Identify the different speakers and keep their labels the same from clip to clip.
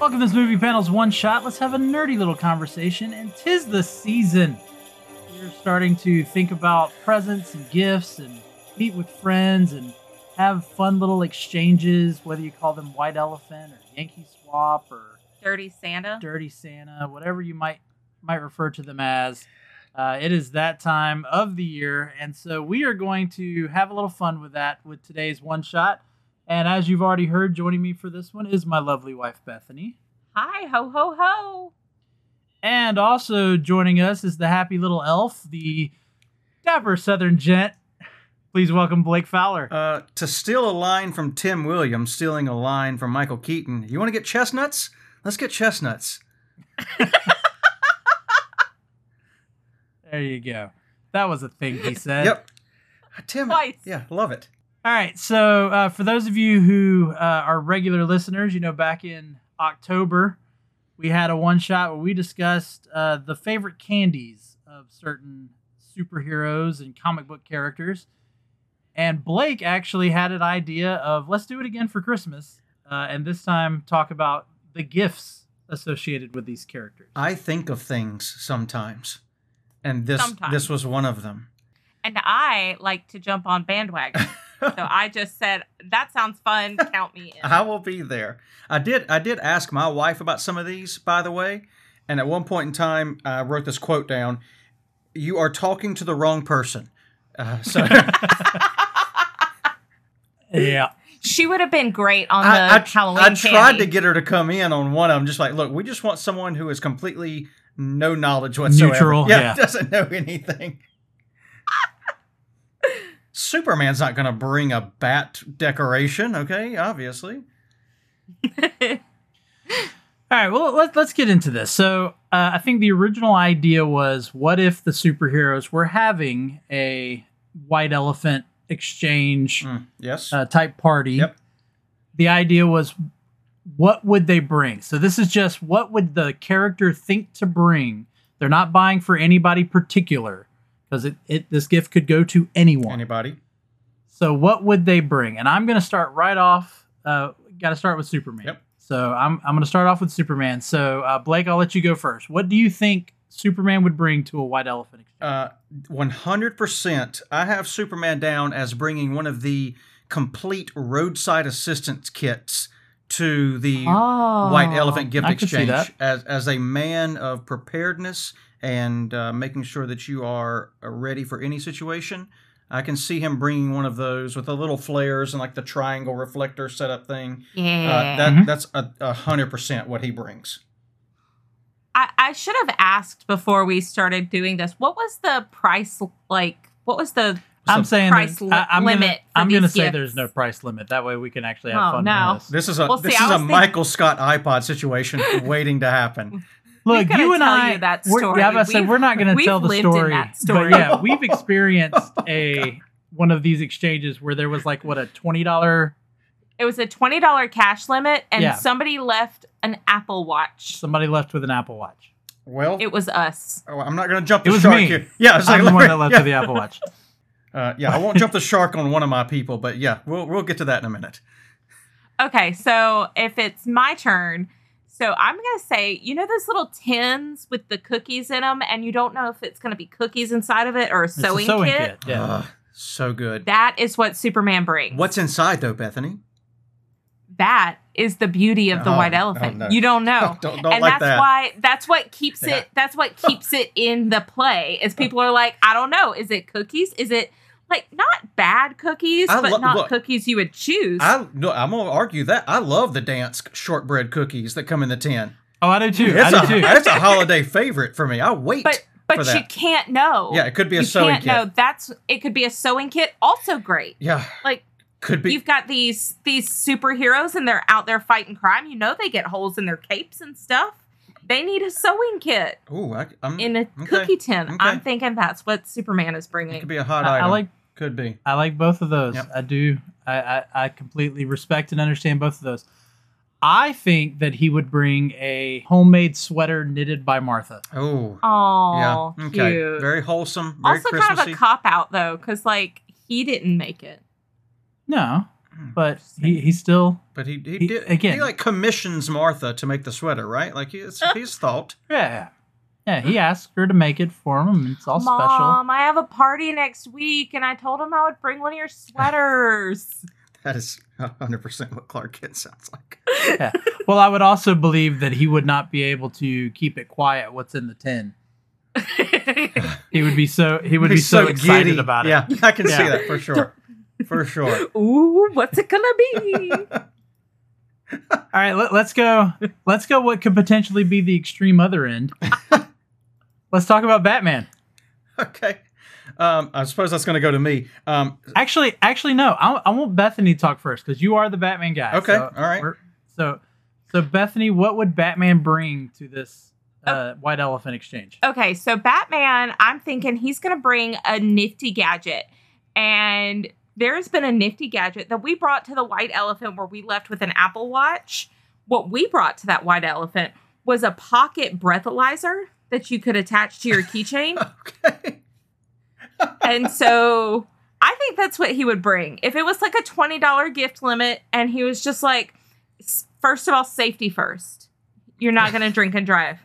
Speaker 1: Welcome to this movie panel's one shot. Let's have a nerdy little conversation, and tis the season. We're starting to think about presents and gifts, and meet with friends, and have fun little exchanges. Whether you call them white elephant or Yankee swap or
Speaker 2: Dirty Santa.
Speaker 1: dirty Santa, whatever you might might refer to them as, uh, it is that time of the year, and so we are going to have a little fun with that with today's one shot. And as you've already heard, joining me for this one is my lovely wife Bethany.
Speaker 2: Hi, ho, ho, ho.
Speaker 1: And also joining us is the happy little elf, the dapper southern gent. Please welcome Blake Fowler.
Speaker 3: Uh, to steal a line from Tim Williams, stealing a line from Michael Keaton. You want to get chestnuts? Let's get chestnuts.
Speaker 1: There you go. That was a thing he said.
Speaker 3: Yep. Uh, Tim.
Speaker 2: Twice.
Speaker 3: Yeah, love it.
Speaker 1: All right. So, uh, for those of you who uh, are regular listeners, you know, back in October, we had a one shot where we discussed uh, the favorite candies of certain superheroes and comic book characters. And Blake actually had an idea of let's do it again for Christmas. Uh, and this time, talk about the gifts associated with these characters.
Speaker 3: I think of things sometimes, and this
Speaker 2: Sometimes.
Speaker 3: this was one of them.
Speaker 2: And I like to jump on bandwagon. so I just said, that sounds fun. Count me in.
Speaker 3: I will be there. I did I did ask my wife about some of these, by the way, and at one point in time, I wrote this quote down: "You are talking to the wrong person." Uh, so
Speaker 1: Yeah.
Speaker 2: She would have been great on the
Speaker 3: I, I, tr-
Speaker 2: Halloween
Speaker 3: I tried
Speaker 2: candy.
Speaker 3: to get her to come in on one of them, just like, look, we just want someone who is completely no knowledge whatsoever.
Speaker 1: Neutral, yeah.
Speaker 3: doesn't know anything. Superman's not going to bring a bat decoration, okay? Obviously.
Speaker 1: All right, well let's let's get into this. So uh, I think the original idea was, what if the superheroes were having a white elephant exchange
Speaker 3: Mm, yes.
Speaker 1: uh, type party?
Speaker 3: Yep.
Speaker 1: The idea was, what would they bring? So this is just what would the character think to bring. They're not buying for anybody particular because it, it this gift could go to anyone.
Speaker 3: Anybody?
Speaker 1: So what would they bring? And I'm going to start right off. Uh, Got to start with Superman.
Speaker 3: Yep.
Speaker 1: So I'm I'm going to start off with Superman. So uh, Blake, I'll let you go first. What do you think Superman would bring to a white elephant? exchange?
Speaker 3: Uh, 100%. I have Superman down as bringing one of the complete roadside assistance kits to the
Speaker 1: Oh,
Speaker 3: White Elephant Gift
Speaker 1: I could see
Speaker 3: Exchange
Speaker 1: that.
Speaker 3: as as a man of preparedness and uh, making sure that you are uh, ready for any situation. I can see him bringing one of those with the little flares and like the triangle reflector setup thing. Uh,
Speaker 2: yeah.
Speaker 3: that
Speaker 1: Mhm.
Speaker 3: that's a a hundred percent what he brings.
Speaker 2: I, I should have asked before we started doing this. What was the price like? What was the.
Speaker 1: I'm
Speaker 3: So
Speaker 1: saying
Speaker 2: price
Speaker 1: there's-
Speaker 2: li-
Speaker 1: I, am Gonna,
Speaker 2: limit for
Speaker 1: I'm gonna
Speaker 2: these
Speaker 1: say
Speaker 2: gifts.
Speaker 1: there's no price limit. That way we can actually have
Speaker 2: Oh,
Speaker 1: fun.
Speaker 2: no.
Speaker 1: With this.
Speaker 3: This is a
Speaker 2: Well,
Speaker 3: this
Speaker 2: see, I
Speaker 3: is a
Speaker 2: was thinking-
Speaker 3: Michael Scott iPod situation waiting to happen.
Speaker 1: Look,
Speaker 2: gotta
Speaker 1: you and
Speaker 2: tell
Speaker 1: I.
Speaker 2: you that
Speaker 1: we're-
Speaker 2: story.
Speaker 1: Yeah, I said
Speaker 2: We've-
Speaker 1: we're not going to
Speaker 2: we've
Speaker 1: tell the
Speaker 2: lived in
Speaker 1: story,
Speaker 2: that story.
Speaker 1: But yeah, we've experienced
Speaker 3: Oh,
Speaker 1: a one of these exchanges where there was like what a twenty dollar
Speaker 2: It was a $20 cash limit, and
Speaker 1: Yeah.
Speaker 2: somebody left an Apple Watch.
Speaker 1: somebody left with an Apple Watch.
Speaker 3: Well,
Speaker 2: It was us.
Speaker 3: oh, I'm not going to jump
Speaker 1: It
Speaker 3: the
Speaker 1: was
Speaker 3: shark
Speaker 1: me.
Speaker 3: here. Yeah, it's like,
Speaker 1: I'm the one that
Speaker 3: yeah,
Speaker 1: left with the Apple Watch.
Speaker 3: uh, yeah, I won't jump the shark on one of my people, but yeah, we'll we'll get to that in a minute.
Speaker 2: Okay, so if it's my turn, so I'm gonna say, you know those little tins with the cookies in them, and you don't know if it's gonna be cookies inside of it or a
Speaker 1: It's a
Speaker 2: sewing,
Speaker 1: sewing kit.
Speaker 2: kit?
Speaker 1: Yeah.
Speaker 3: Ugh, Ah, so good.
Speaker 2: That is what Superman brings.
Speaker 3: What's inside though, Bethany?
Speaker 2: that is the beauty of the
Speaker 3: Oh,
Speaker 2: white
Speaker 3: oh,
Speaker 2: elephant.
Speaker 3: no.
Speaker 2: You don't know.
Speaker 3: don't don't
Speaker 2: Oh. and
Speaker 3: like
Speaker 2: that's
Speaker 3: that.
Speaker 2: why that's what keeps
Speaker 3: Yeah.
Speaker 2: it that's what keeps it in the play is people are like, I don't know, is it cookies? Is it like not bad cookies,
Speaker 3: I
Speaker 2: but
Speaker 3: lo-
Speaker 2: not
Speaker 3: look,
Speaker 2: cookies you would choose?
Speaker 3: I no, I'm gonna argue that I love the dance shortbread cookies that come in the tin.
Speaker 1: Oh, I do too.
Speaker 3: It's
Speaker 1: I do
Speaker 3: a
Speaker 1: too.
Speaker 3: that's a holiday favorite for me. I wait.
Speaker 2: but
Speaker 3: for
Speaker 2: but
Speaker 3: that.
Speaker 2: you can't know.
Speaker 3: yeah, it could be a
Speaker 2: you
Speaker 3: sewing
Speaker 2: can't
Speaker 3: kit.
Speaker 2: know. That's it could be a sewing kit, also great.
Speaker 3: Yeah,
Speaker 2: Like
Speaker 3: could be.
Speaker 2: you've got these these superheroes and they're out there fighting crime. You know they get holes in their capes and stuff. They need a sewing kit
Speaker 3: Ooh, I, I'm.
Speaker 2: in a
Speaker 3: Mm, Okay.
Speaker 2: cookie tin.
Speaker 3: Okay.
Speaker 2: I'm thinking that's what Superman is
Speaker 3: it could
Speaker 2: bringing.
Speaker 3: be a hot
Speaker 1: I, I
Speaker 3: item.
Speaker 1: like
Speaker 3: Could be.
Speaker 1: I like both of those.
Speaker 3: Yep.
Speaker 1: I do. I, I I completely respect and understand both of those. I think that he would bring a homemade sweater knitted by Martha.
Speaker 3: Oh.
Speaker 2: Oh,
Speaker 3: yeah.
Speaker 2: cute.
Speaker 3: Okay. Very wholesome. Very
Speaker 2: also, kind
Speaker 3: Christmassy.
Speaker 2: of a cop out though, because like he didn't make it.
Speaker 1: No,
Speaker 3: Hmm.
Speaker 1: but he, he still
Speaker 3: But he he,
Speaker 1: He-
Speaker 3: did
Speaker 1: again-
Speaker 3: He like commissions Martha to make the sweater, right? Like it's he's thought.
Speaker 1: yeah yeah he asked her to make it for him. and It's all special.
Speaker 2: Mom, I have a party next week, and I told him I would bring one of your sweaters.
Speaker 3: That is hundred percent what Clark Kent sounds like.
Speaker 1: Well, I would also believe that he would not be able to keep it quiet. What's in the tin? He would be so he would be, so, excited
Speaker 3: giddy.
Speaker 1: about it.
Speaker 3: Yeah, I can see
Speaker 1: Yeah.
Speaker 3: that for sure. For sure.
Speaker 2: Ooh, what's it gonna be?
Speaker 1: All right, let, us go. Let's go. What could potentially be the extreme other end? let's talk about Batman.
Speaker 3: Okay. Um, I suppose that's going to go to me. Um,
Speaker 1: Actually, actually, no. I, I want Bethany to talk first because you are the Batman guy.
Speaker 3: Okay,
Speaker 1: so
Speaker 3: all right.
Speaker 1: we're- So, so Bethany, what would Batman bring to this uh, White Elephant Exchange?
Speaker 2: Okay, so Batman, I'm thinking he's going to bring a nifty gadget. And there's been a nifty gadget that we brought to the White Elephant where we left with an Apple Watch. What we brought to that White Elephant was a pocket breathalyzer that you could attach to your keychain.
Speaker 3: okay.
Speaker 2: and so I think that's what he would bring. If it was like a $20 gift limit and he was just like, s- first of all, safety first. You're not going to drink and drive.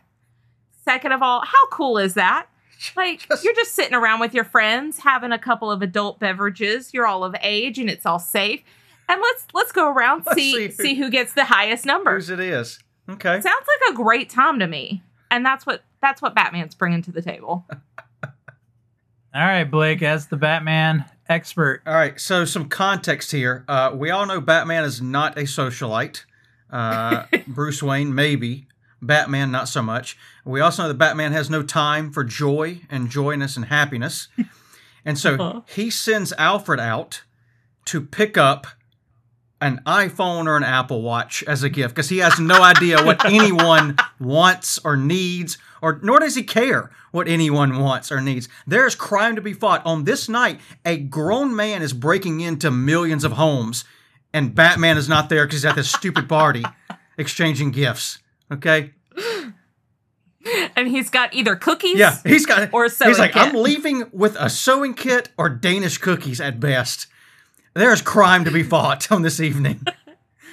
Speaker 2: Second of all, how cool is that? Like,
Speaker 3: Just-
Speaker 2: you're just sitting around with your friends, having a couple of adult beverages. You're all of age and it's all safe. And let's let's go around
Speaker 3: Let's
Speaker 2: see
Speaker 3: see who-
Speaker 2: see who gets the highest number.
Speaker 3: Whose it is. Okay.
Speaker 2: Sounds like a great time to me. And that's what that's what Batman's bringing to the table.
Speaker 1: All right, Blake, as the Batman expert.
Speaker 3: All right. So some context here. Uh, we all know Batman is not a socialite. Uh, Bruce Wayne, maybe. Batman, not so much. We also know that Batman has no time for joy and joyness and happiness. And
Speaker 2: Uh-huh.
Speaker 3: so he sends Alfred out to pick up an iPhone or an Apple Watch as a gift because he has no idea what anyone wants or needs, or nor does he care what anyone wants or needs. There's crime to be fought. On this night, a grown man is breaking into millions of homes, and Batman is not there because he's at this stupid party exchanging gifts. Okay.
Speaker 2: And he's got either cookies
Speaker 3: Yeah, he's got.
Speaker 2: or a sewing
Speaker 3: he's like,
Speaker 2: kit.
Speaker 3: I'm leaving with a sewing kit or Danish cookies at best. There's crime to be fought on this evening.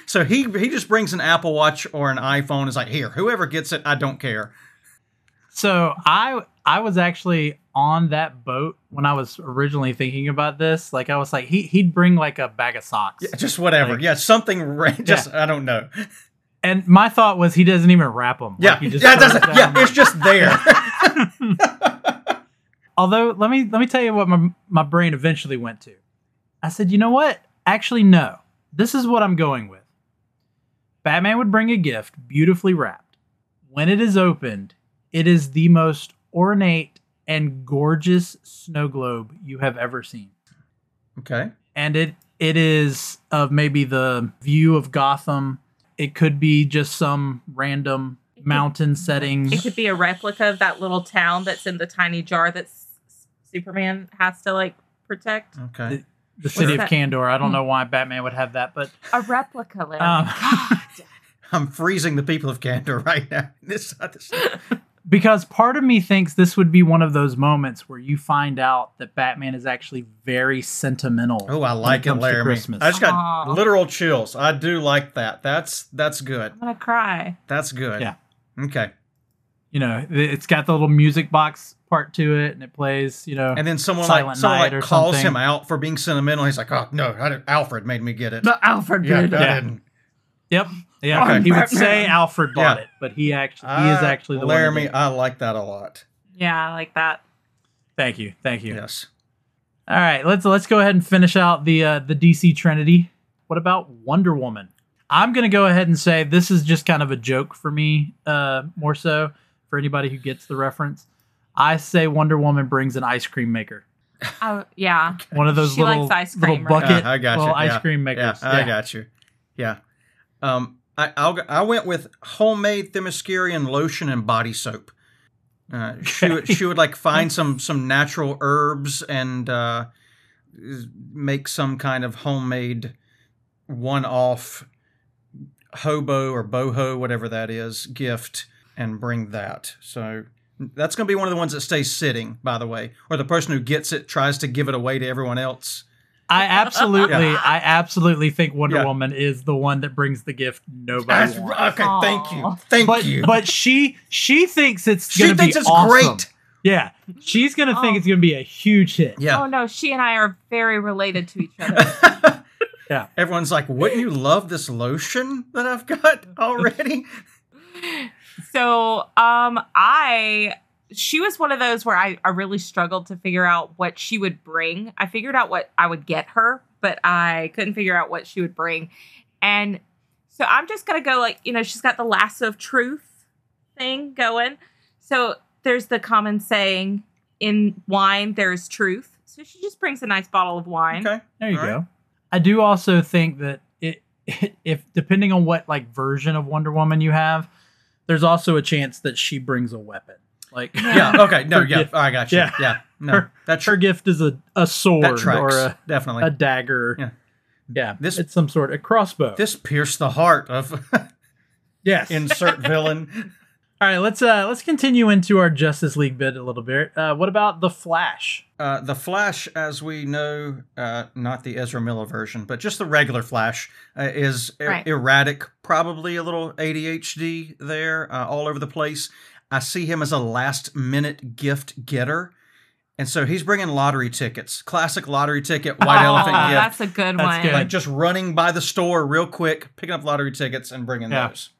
Speaker 3: so he he just brings an Apple Watch or an iPhone. Is like, here, whoever gets it, I don't care.
Speaker 1: So I I was actually on that boat when I was originally thinking about this. Like I was like, he he'd bring like a bag of socks.
Speaker 3: Yeah, just whatever.
Speaker 1: Like-
Speaker 3: yeah, something. Ra- just I don't know.
Speaker 1: And my thought was he doesn't even wrap them.
Speaker 3: Yeah,
Speaker 1: like, he just
Speaker 3: yeah, it
Speaker 1: throws
Speaker 3: doesn't-
Speaker 1: them.
Speaker 3: yeah, it's just there.
Speaker 1: Although, let me let me tell you what my my brain eventually went to. I said, you know what? Actually, no. This is what I'm going with. Batman would bring a gift beautifully wrapped. When it is opened, it is the most ornate and gorgeous snow globe you have ever seen.
Speaker 3: okay.
Speaker 1: and it it is of maybe the view of Gotham. It could be just some random
Speaker 2: It could-
Speaker 1: mountain setting.
Speaker 2: It could be a replica of that little town that's in the tiny jar that S- Superman has to like protect.
Speaker 3: Okay.
Speaker 1: the city of
Speaker 2: that?
Speaker 1: Kandor. I don't know why Batman would have that, but
Speaker 2: A replica, Larry.
Speaker 1: um,
Speaker 3: I'm freezing the people of Gander right now. This, this
Speaker 1: because part of me thinks this would be one of those moments where you find out that Batman is actually very sentimental.
Speaker 3: oh, I like it,
Speaker 1: comes to
Speaker 3: Larry.
Speaker 1: Christmas.
Speaker 3: I just got
Speaker 2: Aw.
Speaker 3: literal chills. I do like that. That's that's good.
Speaker 2: I'm gonna cry.
Speaker 3: That's good.
Speaker 1: Yeah.
Speaker 3: Okay.
Speaker 1: You know, it- it's got the little music box part to it, and it plays. You know,
Speaker 3: And then someone like
Speaker 1: Silent
Speaker 3: someone
Speaker 1: Night
Speaker 3: like
Speaker 1: or
Speaker 3: calls
Speaker 1: something.
Speaker 3: him out for being sentimental. He's like, oh no, I didn't- Alfred made me get it.
Speaker 2: Alfred
Speaker 3: yeah, I
Speaker 1: Yeah.
Speaker 3: didn't.
Speaker 1: yep, yeah.
Speaker 3: Okay.
Speaker 1: He would say Alfred bought
Speaker 3: Yeah.
Speaker 1: it, but he actually he is
Speaker 3: Ah,
Speaker 1: actually the one.
Speaker 3: Laramie.
Speaker 1: that did it.
Speaker 3: I like that a lot.
Speaker 2: Yeah, I like that.
Speaker 1: Thank you, thank you.
Speaker 3: Yes.
Speaker 1: All right, let's let's go ahead and finish out the uh, the DC Trinity. What about Wonder Woman? I'm gonna go ahead and say this is just kind of a joke for me, uh, more so for anybody who gets the reference. I say Wonder Woman brings an ice cream maker,
Speaker 2: Oh, yeah.
Speaker 1: one of those
Speaker 2: She likes
Speaker 1: little,
Speaker 2: ice
Speaker 1: little
Speaker 2: cream, right?
Speaker 1: bucket
Speaker 3: Yeah, I gotcha,
Speaker 1: little ice
Speaker 3: yeah,
Speaker 1: cream
Speaker 3: Yeah,
Speaker 1: makers.
Speaker 3: I got you. Yeah. Um, I I'll, go- I went with homemade Themyscirian lotion and body soap. Uh, she would, she would like find some some natural herbs and uh, make some kind of homemade one off hobo or boho whatever that is gift and bring that. So that's going to be one of the ones that stays sitting by the way or the person who gets it tries to give it away to everyone else
Speaker 1: I absolutely,
Speaker 2: Yeah.
Speaker 1: I absolutely think Wonder
Speaker 3: Yeah.
Speaker 1: Woman is the one that brings the gift nobody
Speaker 3: That's,
Speaker 1: wants.
Speaker 3: okay, thank you,
Speaker 2: Aw.
Speaker 3: thank
Speaker 1: But
Speaker 3: you.
Speaker 1: but she she thinks it's
Speaker 3: she
Speaker 1: gonna
Speaker 3: thinks
Speaker 1: be
Speaker 3: it's
Speaker 1: awesome.
Speaker 3: great.
Speaker 1: Yeah, she's gonna think
Speaker 2: Oh.
Speaker 1: it's gonna be a huge hit.
Speaker 3: Yeah.
Speaker 2: Oh no, she and I are very related to each other.
Speaker 1: Oh, Yeah.
Speaker 3: Everyone's like, wouldn't you love this lotion that I've got already?
Speaker 2: so um I she was one of those where I, I really struggled to figure out what she would bring. I figured out what I would get her, but I couldn't figure out what she would bring. And so I'm just gonna go like, you know, she's got the lasso of truth thing going. So there's the common saying in wine there's truth. So she just brings a nice bottle of wine.
Speaker 3: Okay.
Speaker 1: There you
Speaker 3: All right.
Speaker 1: go. I do also think that it, if depending on what like version of Wonder Woman you have, there's also a chance that she brings a weapon. Like
Speaker 3: Yeah. Okay. No.
Speaker 1: Her
Speaker 3: Yeah.
Speaker 1: gift.
Speaker 3: I got you.
Speaker 1: Yeah.
Speaker 3: Yeah. No.
Speaker 1: Her-
Speaker 3: That's
Speaker 1: her gift is a, a
Speaker 3: that
Speaker 1: sword or
Speaker 3: tracks
Speaker 1: a,
Speaker 3: definitely.
Speaker 1: a dagger.
Speaker 3: Yeah.
Speaker 1: Yeah,
Speaker 3: This-
Speaker 1: it's some sort of crossbow.
Speaker 3: this pierced the heart of
Speaker 1: yes.
Speaker 3: insert villain.
Speaker 1: All right, let's uh let's continue into our Justice League bit a little bit. Uh, what about the Flash?
Speaker 3: Uh, the Flash, as we know, uh, not the Ezra Miller version, but just the regular Flash, uh, is er-
Speaker 2: Right.
Speaker 3: erratic, probably a little ADHD there, uh, all over the place. I see him as a last minute gift getter. And so he's bringing lottery tickets, classic lottery ticket, white
Speaker 2: Oh,
Speaker 3: elephant gift.
Speaker 2: That's a good
Speaker 1: That's
Speaker 2: one.
Speaker 1: good.
Speaker 3: Like just running by the store real quick, picking up lottery tickets and bringing
Speaker 1: Yeah.
Speaker 3: those.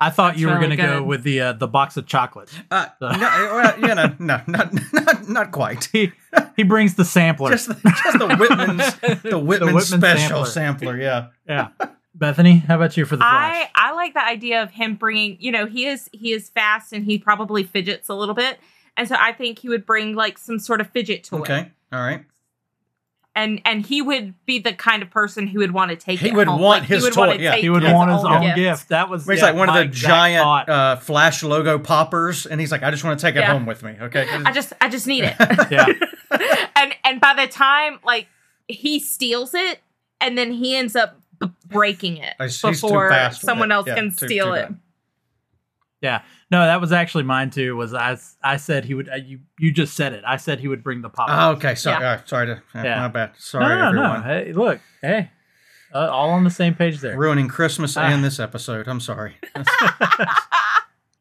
Speaker 1: I thought
Speaker 2: That's
Speaker 1: you were
Speaker 2: really
Speaker 1: gonna go
Speaker 2: good.
Speaker 1: with the uh, the box of chocolates.
Speaker 3: Uh, no, well, you know, no, not not not quite.
Speaker 1: He he brings the sampler.
Speaker 3: Just the, just the Whitman's the Whitman,
Speaker 1: Whitman
Speaker 3: special
Speaker 1: sampler.
Speaker 3: sampler. yeah.
Speaker 1: yeah. Bethany, how about you for the Flash?
Speaker 2: I I like the idea of him bringing, you know, he is he is fast and he probably fidgets a little bit. And so I think he would bring like some sort of fidget toy.
Speaker 3: Okay. All right.
Speaker 2: And and he would be the kind of person who would want to take
Speaker 3: He
Speaker 2: it
Speaker 3: would
Speaker 2: home.
Speaker 3: want
Speaker 2: Like, he
Speaker 3: his
Speaker 2: would
Speaker 3: toy,
Speaker 2: wanna
Speaker 3: yeah.
Speaker 2: take
Speaker 1: he would
Speaker 2: his
Speaker 1: want his own
Speaker 2: gift.
Speaker 1: gift. That was
Speaker 3: It's
Speaker 1: yeah,
Speaker 3: like one of
Speaker 1: my
Speaker 3: the
Speaker 1: exact
Speaker 3: giant
Speaker 1: thought.
Speaker 3: uh, flash logo poppers, and he's like, "I just want to take it
Speaker 2: Yeah.
Speaker 3: home with me." Okay.
Speaker 2: I just I just need it.
Speaker 1: yeah,
Speaker 2: and and by the time like he steals it and then he ends up b- breaking it
Speaker 3: He's- he's too
Speaker 2: before
Speaker 3: fast with
Speaker 2: someone
Speaker 3: it.
Speaker 2: else
Speaker 3: Yeah,
Speaker 2: can
Speaker 3: too- too
Speaker 2: steal it.
Speaker 3: bad.
Speaker 1: yeah. No, that was actually mine too. Was I? I said he would. Uh, you you just said it. I said he would bring the pop.
Speaker 3: Oh, okay. Sorry.
Speaker 2: Yeah.
Speaker 3: all right, sorry to. uh,
Speaker 1: Yeah.
Speaker 3: My bad. Sorry,
Speaker 1: no, no, no.
Speaker 3: everyone.
Speaker 1: Hey, look, hey, uh, all on the same page there.
Speaker 3: Ruining Christmas
Speaker 1: Ah.
Speaker 3: and this episode. I'm sorry.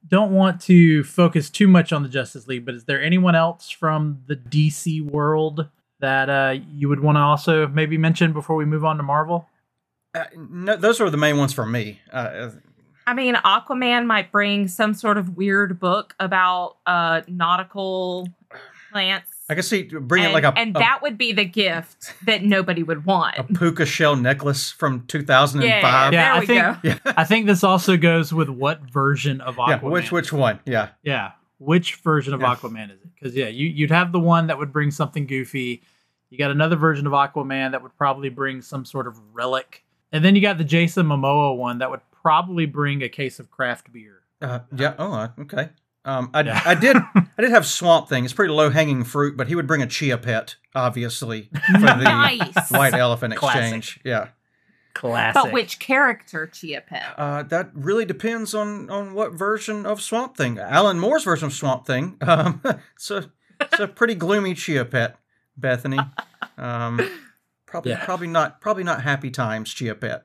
Speaker 1: Don't want to focus too much on the Justice League, but is there anyone else from the DC world that uh, you would want to also maybe mention before we move on to Marvel?
Speaker 3: Uh, no, those are the main ones for me. Uh,
Speaker 2: I mean, Aquaman might bring some sort of weird book about uh, nautical plants.
Speaker 3: I can see bring
Speaker 2: and,
Speaker 3: it like a,
Speaker 2: and
Speaker 3: a-
Speaker 2: that would be the gift that nobody would want.
Speaker 3: a puka shell necklace from
Speaker 2: yeah,
Speaker 3: 2005.
Speaker 1: Yeah,
Speaker 2: there
Speaker 1: I
Speaker 2: we
Speaker 1: think-
Speaker 2: go.
Speaker 1: I think this also goes with what version of Aquaman.
Speaker 3: Yeah, which which one? Yeah,
Speaker 1: Yeah. Which version of
Speaker 3: Yeah.
Speaker 1: Aquaman is it? Because yeah, you you'd have the one that would bring something goofy. You got another version of Aquaman that would probably bring some sort of relic, and then you got the Jason Momoa one that would probably bring a case of craft beer.
Speaker 3: uh, yeah. Oh, uh, okay. Um, I,
Speaker 1: Yeah.
Speaker 3: I did I did have Swamp Thing. It's pretty low hanging fruit, but he would bring a chia pet, obviously, for the
Speaker 2: Nice.
Speaker 3: White Elephant
Speaker 1: Classic.
Speaker 3: Exchange. Yeah,
Speaker 1: Classic.
Speaker 2: But which character, Chia Pet?
Speaker 3: uh, that really depends on on what version of Swamp Thing. Alan Moore's version of Swamp Thing. Um, it's a it's a pretty gloomy chia pet, Bethany. Um, probably
Speaker 1: Yeah.
Speaker 3: probably not probably not happy times chia pet.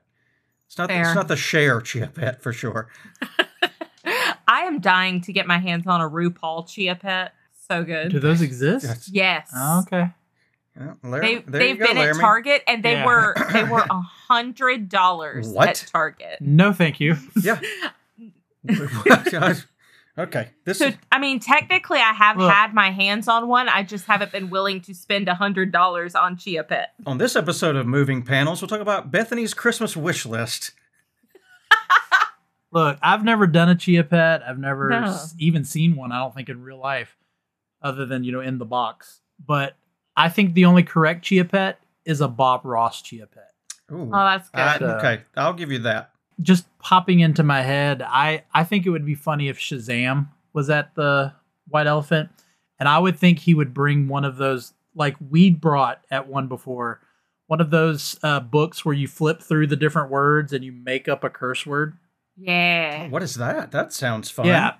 Speaker 3: It's not
Speaker 2: Fair.
Speaker 3: it's not the share chia pet for sure.
Speaker 2: I am dying to get my hands on a RuPaul Chia Pet. So
Speaker 1: do
Speaker 2: good.
Speaker 1: those exist?
Speaker 3: Yes.
Speaker 2: Yes.
Speaker 1: Oh, okay.
Speaker 3: Yeah, Lar-
Speaker 2: They,
Speaker 3: there
Speaker 2: they've
Speaker 3: you go,
Speaker 2: been at
Speaker 3: Laramie.
Speaker 2: Target and they
Speaker 1: Yeah.
Speaker 2: were they were a hundred dollars
Speaker 3: What?
Speaker 2: at Target.
Speaker 1: No, thank you.
Speaker 3: Yeah. okay. This
Speaker 2: So
Speaker 3: is
Speaker 2: I mean, technically, I have
Speaker 1: Look.
Speaker 2: had my hands on one. I just haven't been willing to spend a hundred dollars on Chia Pet.
Speaker 3: on this episode of Moving Panels. We'll talk about Bethany's Christmas wish list.
Speaker 1: Look, I've never done a chia pet. I've never
Speaker 2: No.
Speaker 1: s- even seen one. I don't think in real life, other than you know in the box. But I think the only correct chia pet is a Bob Ross chia pet.
Speaker 3: Ooh.
Speaker 2: Oh, that's good.
Speaker 3: I-
Speaker 1: good.
Speaker 3: okay, I'll give you that.
Speaker 1: just popping into my head, I I think it would be funny if Shazam was at the White Elephant, and I would think he would bring one of those like we'd brought at one before, one of those uh, books where you flip through the different words and you make up a curse word.
Speaker 2: yeah.
Speaker 3: What is that? That sounds fun.
Speaker 1: Yeah,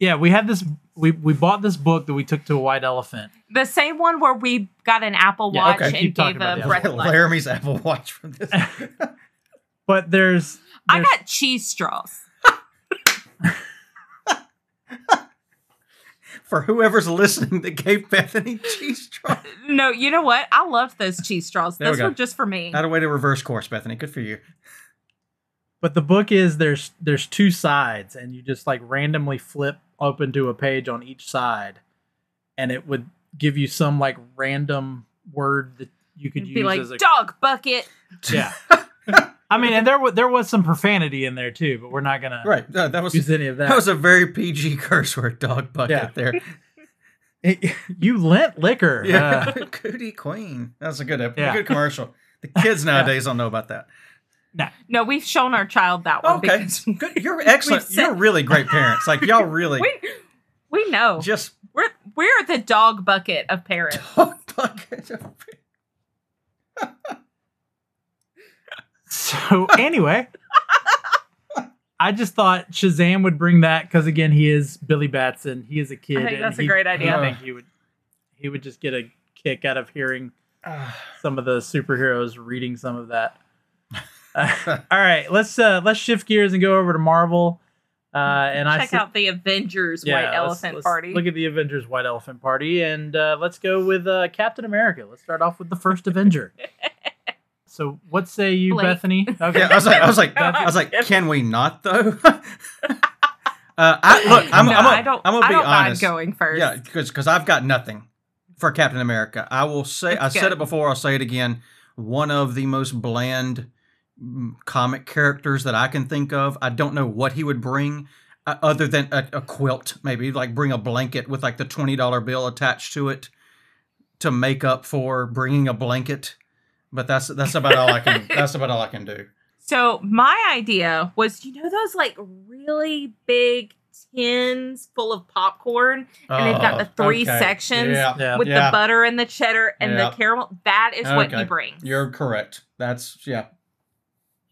Speaker 1: yeah, we had this we we bought this book that we took to a white elephant.
Speaker 2: The same one where we got an Apple
Speaker 1: Yeah,
Speaker 2: Watch
Speaker 3: okay.
Speaker 1: Keep
Speaker 2: and
Speaker 1: talking
Speaker 2: gave
Speaker 1: about
Speaker 2: a
Speaker 1: the
Speaker 2: breath of life.
Speaker 3: Laramie's Apple Watch from this.
Speaker 1: But there's,
Speaker 2: I
Speaker 1: there's-
Speaker 2: got cheese straws.
Speaker 3: For whoever's listening that gave Bethany cheese straws.
Speaker 2: No, you know what? I loved those cheese straws.
Speaker 3: There we
Speaker 2: Those
Speaker 3: go.
Speaker 2: were just for me.
Speaker 3: Not a way to reverse course, Bethany. Good for you.
Speaker 1: but the book is there's there's two sides and you just like randomly flip open to a page on each side and it would give you some like random word that you could
Speaker 2: It'd
Speaker 1: use
Speaker 2: be like
Speaker 1: as a
Speaker 2: dog bucket.
Speaker 1: yeah. I mean, and there was there was some profanity in there too, but we're not gonna
Speaker 3: Right. No, that was
Speaker 1: use any of that.
Speaker 3: that was a very PG curse word, dog bucket
Speaker 1: Yeah.
Speaker 3: there.
Speaker 1: you lent liquor.
Speaker 3: Yeah.
Speaker 1: Uh,
Speaker 3: Cootie Queen. That's a good ep-
Speaker 1: Yeah.
Speaker 3: good commercial. The kids nowadays don't know about that.
Speaker 2: No, we've shown our child that one.
Speaker 3: Okay.
Speaker 2: because
Speaker 3: Good. You're excellent.
Speaker 2: said-
Speaker 3: You're really great parents. Like y'all really
Speaker 2: We, we know.
Speaker 3: just
Speaker 2: We're we're the dog bucket of parents.
Speaker 3: dog bucket.
Speaker 1: so anyway, I just thought Shazam would bring that because again, he is Billy Batson. He is a kid.
Speaker 2: I think
Speaker 1: and
Speaker 2: that's a
Speaker 1: he-
Speaker 2: great idea.
Speaker 1: I think he would he would just get a kick out of hearing
Speaker 3: Ah,
Speaker 1: some of the superheroes reading some of that. Uh, all right, let's uh, let's shift gears and go over to Marvel. Uh, and I
Speaker 2: Check
Speaker 1: see-
Speaker 2: out the Avengers
Speaker 1: Yeah,
Speaker 2: White
Speaker 1: let's-
Speaker 2: Elephant
Speaker 1: let's
Speaker 2: Party.
Speaker 1: Look at the Avengers White Elephant Party, and uh, let's go with uh, Captain America. Let's start off with the first Avenger. So, what say you,
Speaker 2: Blake.
Speaker 1: Bethany? Okay,
Speaker 3: yeah, I was like, I was like,
Speaker 2: Beth-
Speaker 3: I was like, can we not though? uh, I, look, I'm,
Speaker 2: no,
Speaker 3: I'm, a,
Speaker 2: I don't.
Speaker 3: I'm gonna
Speaker 2: I
Speaker 3: be
Speaker 2: don't
Speaker 3: honest.
Speaker 2: mind going first.
Speaker 3: Yeah, because I've got nothing for Captain America. I will say
Speaker 2: That's
Speaker 3: I said
Speaker 2: good.
Speaker 3: it before. I'll say it again. One of the most bland mm, comic characters that I can think of. I don't know what he would bring uh, other than a, a quilt, maybe like bring a blanket with like the twenty dollar bill attached to it to make up for bringing a blanket. But that's that's about all I can. that's about all I can do.
Speaker 2: So my idea was, you know, those like really big tins full of popcorn And they've got the three
Speaker 3: three
Speaker 2: sections
Speaker 3: Oh, Yeah,
Speaker 1: yeah.
Speaker 2: with
Speaker 3: Yeah.
Speaker 2: the butter and the cheddar and
Speaker 3: Yeah.
Speaker 2: the caramel. That is what
Speaker 3: Okay.
Speaker 2: he brings.
Speaker 3: you're correct. That's yeah,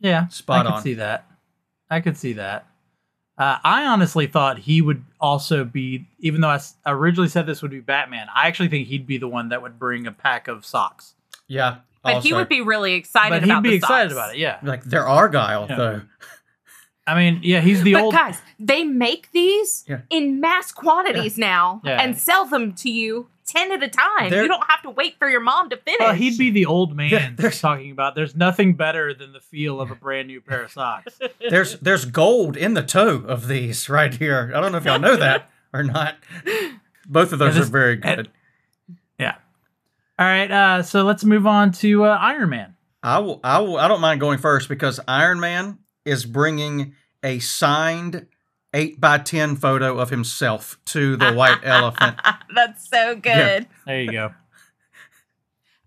Speaker 1: yeah, I
Speaker 3: spot
Speaker 1: could
Speaker 3: on.
Speaker 1: see that. I could see that. Uh, I honestly thought he would also be, even though I s- originally said this would be Batman. I actually think he'd be the one that would bring a pack of socks.
Speaker 3: Yeah,
Speaker 2: but he
Speaker 3: also.
Speaker 2: would be really excited
Speaker 1: but
Speaker 2: about
Speaker 1: he'd be
Speaker 2: the
Speaker 1: excited
Speaker 2: socks.
Speaker 1: about it. Yeah,
Speaker 3: Like they're Argyle
Speaker 1: Yeah.
Speaker 3: though.
Speaker 1: I mean, yeah, he's the
Speaker 2: but
Speaker 1: old.
Speaker 2: guys, they make these
Speaker 3: Yeah.
Speaker 2: in mass quantities now
Speaker 1: Yeah.
Speaker 2: and sell them to you ten at a time.
Speaker 3: They're-
Speaker 2: you don't have to wait for your mom to finish.
Speaker 1: Well, Oh, he'd be the old man
Speaker 3: Yeah,
Speaker 1: that's
Speaker 3: there's-
Speaker 1: talking about. There's nothing better than the feel of a brand new pair of socks.
Speaker 3: There's there's gold in the toe of these right here. I don't know if y'all know that or not. Both of those
Speaker 1: Yeah, this-
Speaker 3: are very good.
Speaker 1: All right, uh, so let's move on to uh, Iron Man.
Speaker 3: I will I will I don't mind going first because Iron Man is bringing a signed 8 by 10 photo of himself to the white elephant.
Speaker 2: That's so good.
Speaker 3: Yeah.
Speaker 1: There you go.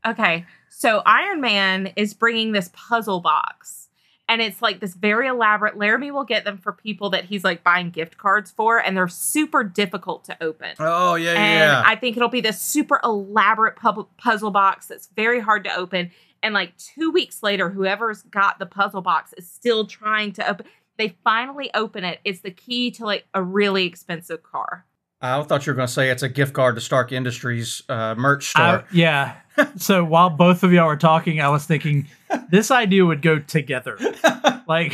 Speaker 2: Okay. So Iron Man is bringing this puzzle box. And it's like this very elaborate. Laramie will get them for people that he's like buying gift cards for, and they're super difficult to open.
Speaker 3: Oh yeah,
Speaker 2: and
Speaker 3: yeah.
Speaker 2: I think it'll be this super elaborate pub- puzzle box that's very hard to open. And like two weeks later, whoever's got the puzzle box is still trying to open. They finally open it. It's the key to like a really expensive car.
Speaker 3: I thought you were going to say it's a gift card to Stark Industries uh, merch store.
Speaker 1: I- yeah. So while both of y'all were talking, I was thinking this idea would go together. Like,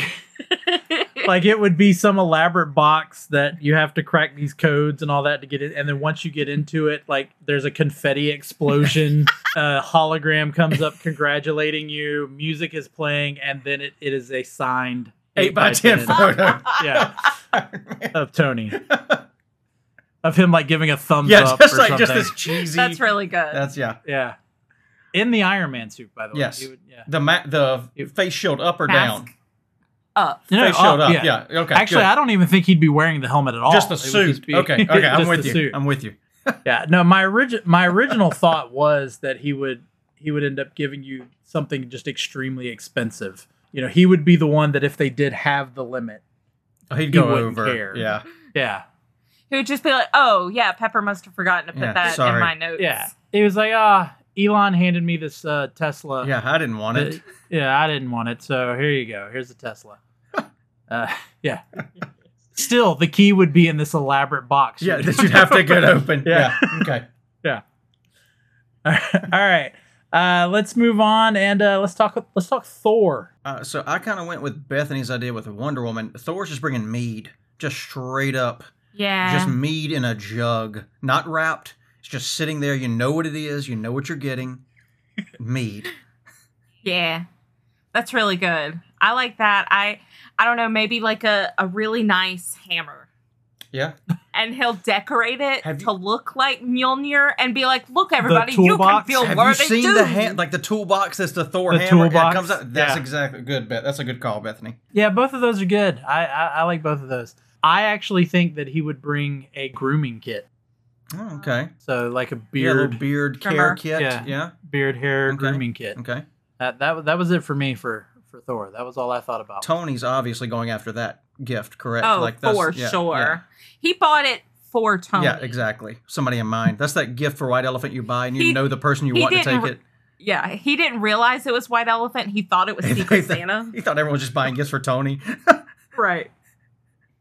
Speaker 1: like it would be some elaborate box that you have to crack these codes and all that to get in. And then once you get into it, like there's a confetti explosion, a hologram comes up congratulating you, music is playing, and then it, it is a signed
Speaker 3: 8 by Oh, 10 photo.
Speaker 1: yeah, of Tony, of him like giving a thumbs
Speaker 3: yeah,
Speaker 1: up
Speaker 3: just
Speaker 1: or
Speaker 3: like
Speaker 1: something.
Speaker 3: just this cheesy.
Speaker 2: That's really good.
Speaker 3: That's yeah.
Speaker 1: yeah, in the Iron Man suit, by the way.
Speaker 3: Yes.
Speaker 1: He would- yeah.
Speaker 3: The ma- the face shield up or
Speaker 2: Mask.
Speaker 3: down?
Speaker 2: Up.
Speaker 1: No, no,
Speaker 3: face shield
Speaker 1: uh,
Speaker 3: up. Yeah. Okay.
Speaker 1: Actually,
Speaker 3: good.
Speaker 1: I don't even think he'd be wearing the helmet at all.
Speaker 3: just
Speaker 1: It
Speaker 3: a
Speaker 1: would
Speaker 3: suit.
Speaker 1: be-
Speaker 3: okay. Okay. I'm
Speaker 1: just
Speaker 3: with
Speaker 1: the
Speaker 3: you.
Speaker 1: suit.
Speaker 3: I'm with you.
Speaker 1: Yeah. No, my origin my original thought was that he would he would end up giving you something just extremely expensive. You know, he would be the one that if they did have the limit.
Speaker 3: He'd go
Speaker 1: wouldn't
Speaker 3: over.
Speaker 1: care.
Speaker 3: Yeah.
Speaker 1: Yeah.
Speaker 2: Who would just be like, oh, yeah, Pepper must have forgotten to put
Speaker 3: Yeah,
Speaker 2: that
Speaker 3: sorry.
Speaker 2: in my notes.
Speaker 1: Yeah. It was like, ah, Elon handed me this uh, Tesla.
Speaker 3: Yeah. I didn't want it.
Speaker 1: Uh, yeah, I didn't want it. So here you go. Here's a Tesla. uh, yeah. Still, the key would be in this elaborate box.
Speaker 3: Yeah, that you'd have to get open. Yeah. Okay.
Speaker 1: All right. Uh, let's move on and uh, let's talk. Let's talk Thor.
Speaker 3: Uh, so I kind of went with Bethany's idea with Wonder Woman. Thor's just bringing mead, just straight up,
Speaker 2: Yeah.
Speaker 3: just mead in a jug, not wrapped. It's just sitting there. You know what it is. You know what you're getting. Mead.
Speaker 2: Yeah. That's really good. I like that. I I don't know, maybe like a, a really nice hammer.
Speaker 3: Yeah.
Speaker 2: And he'll decorate it
Speaker 3: Have you-
Speaker 2: to look like Mjolnir and be like, look everybody, you can
Speaker 1: toolbox?
Speaker 2: feel
Speaker 3: Have you
Speaker 2: worthy
Speaker 3: seen
Speaker 2: too.
Speaker 3: the hand, like the toolbox that's the Thor
Speaker 1: The
Speaker 3: hammer? Yeah, it
Speaker 1: toolbox?
Speaker 3: comes out. That's
Speaker 1: Yeah.
Speaker 3: exactly good. Beth. That's a good call, Bethany.
Speaker 1: Yeah, both of those are good. I, I I like both of those. I actually think that he would bring a grooming kit.
Speaker 3: Oh, okay.
Speaker 1: So like a
Speaker 3: Yeah, a little
Speaker 1: beard,
Speaker 3: beard
Speaker 2: Trimmer.
Speaker 3: care kit.
Speaker 1: Yeah.
Speaker 3: yeah.
Speaker 1: beard hair
Speaker 3: Okay.
Speaker 1: grooming kit.
Speaker 3: Okay.
Speaker 1: That that wa- that was it for me for for Thor. That was all I thought about.
Speaker 3: Tony's obviously going after that gift, correct?
Speaker 2: Oh,
Speaker 3: that's-
Speaker 2: for
Speaker 3: yeah,
Speaker 2: sure.
Speaker 3: yeah.
Speaker 2: He bought it for Tony.
Speaker 3: Yeah, exactly. Somebody in mind. That's that gift for White Elephant you buy, and you
Speaker 2: He-
Speaker 3: know the person you
Speaker 2: he
Speaker 3: want to
Speaker 2: didn't
Speaker 3: take it.
Speaker 2: Yeah, he didn't realize it was White Elephant. He thought it was Secret Santa.
Speaker 3: He thought everyone was just buying gifts for Tony.
Speaker 2: Right.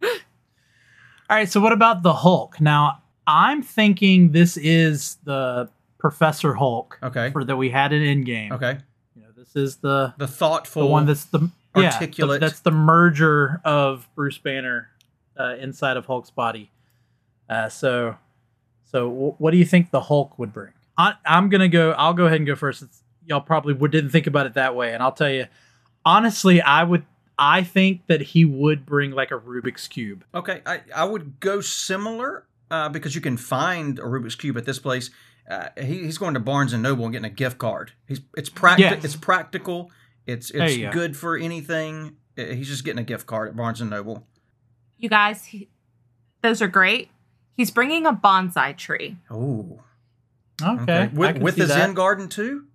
Speaker 1: All right, so what about the Hulk? Now, I'm thinking this is the Professor Hulk
Speaker 3: Okay.
Speaker 1: for that we had in Endgame.
Speaker 3: Okay.
Speaker 1: You know, this is the
Speaker 3: The thoughtful.
Speaker 1: the one that's the yeah, the-
Speaker 3: articulate.
Speaker 1: that's the merger of Bruce Banner uh, inside of Hulk's body. Uh, so, so wh- what do you think the Hulk would bring? I, I'm gonna go. I'll go ahead and go first. It's, y'all probably would, didn't think about it that way, and I'll tell you honestly, I would. I think that he would bring like a Rubik's cube.
Speaker 3: Okay, I, I would go similar uh, because you can find a Rubik's cube at this place. Uh, he, he's going to Barnes and Noble and getting a gift card. He's it's practical.
Speaker 1: Yes.
Speaker 3: It's practical. It's
Speaker 1: There
Speaker 3: it's
Speaker 1: you go.
Speaker 3: good for anything. Uh, He's just getting a gift card at Barnes and Noble.
Speaker 2: You guys, he, those are great. He's bringing a bonsai tree.
Speaker 3: Oh,
Speaker 1: Okay, I
Speaker 3: With
Speaker 1: can
Speaker 3: with
Speaker 1: see
Speaker 3: the
Speaker 1: that.
Speaker 3: Zen garden too,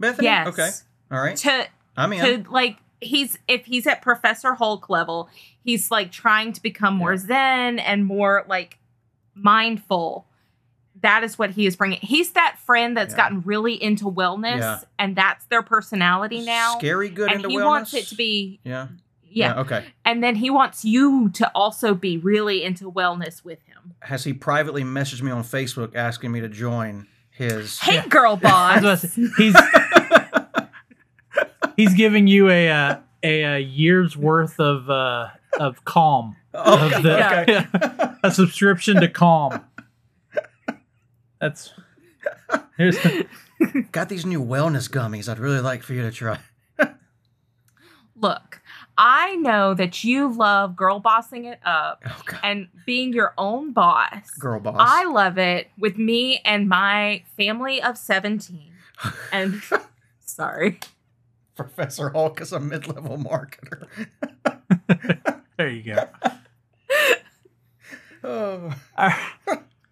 Speaker 3: Bethany.
Speaker 2: Yes.
Speaker 3: Okay. All right.
Speaker 2: To
Speaker 3: I'm in.
Speaker 2: to like he's if he's at Professor Hulk level, he's like trying to become more zen and more like mindful. That is what he is bringing. He's that friend that's
Speaker 3: Yeah.
Speaker 2: gotten really into wellness
Speaker 3: Yeah.
Speaker 2: and that's their personality now.
Speaker 3: Scary good
Speaker 2: and
Speaker 3: into
Speaker 2: he
Speaker 3: wellness.
Speaker 2: wants it to be
Speaker 3: Yeah.
Speaker 2: yeah.
Speaker 3: Okay.
Speaker 2: And then he wants you to also be really into wellness with him.
Speaker 3: Has he privately messaged me on Facebook asking me to join his?
Speaker 2: Hey girl
Speaker 1: I was about
Speaker 2: boss.
Speaker 1: to say, he's he's giving you a uh, a, uh year's worth of uh, of calm.
Speaker 3: Oh,
Speaker 1: Of the-
Speaker 2: Yeah.
Speaker 3: okay.
Speaker 1: a subscription to Calm. That's here's
Speaker 3: Got these new wellness gummies. I'd really like for you to try.
Speaker 2: Look, I know that you love girl bossing it up
Speaker 3: Oh God,
Speaker 2: and being your own boss.
Speaker 3: girl boss.
Speaker 2: I love it with me and my family of 17. And sorry.
Speaker 3: Professor Hulk is a mid-level marketer.
Speaker 1: there you go.
Speaker 3: Oh.
Speaker 1: All right,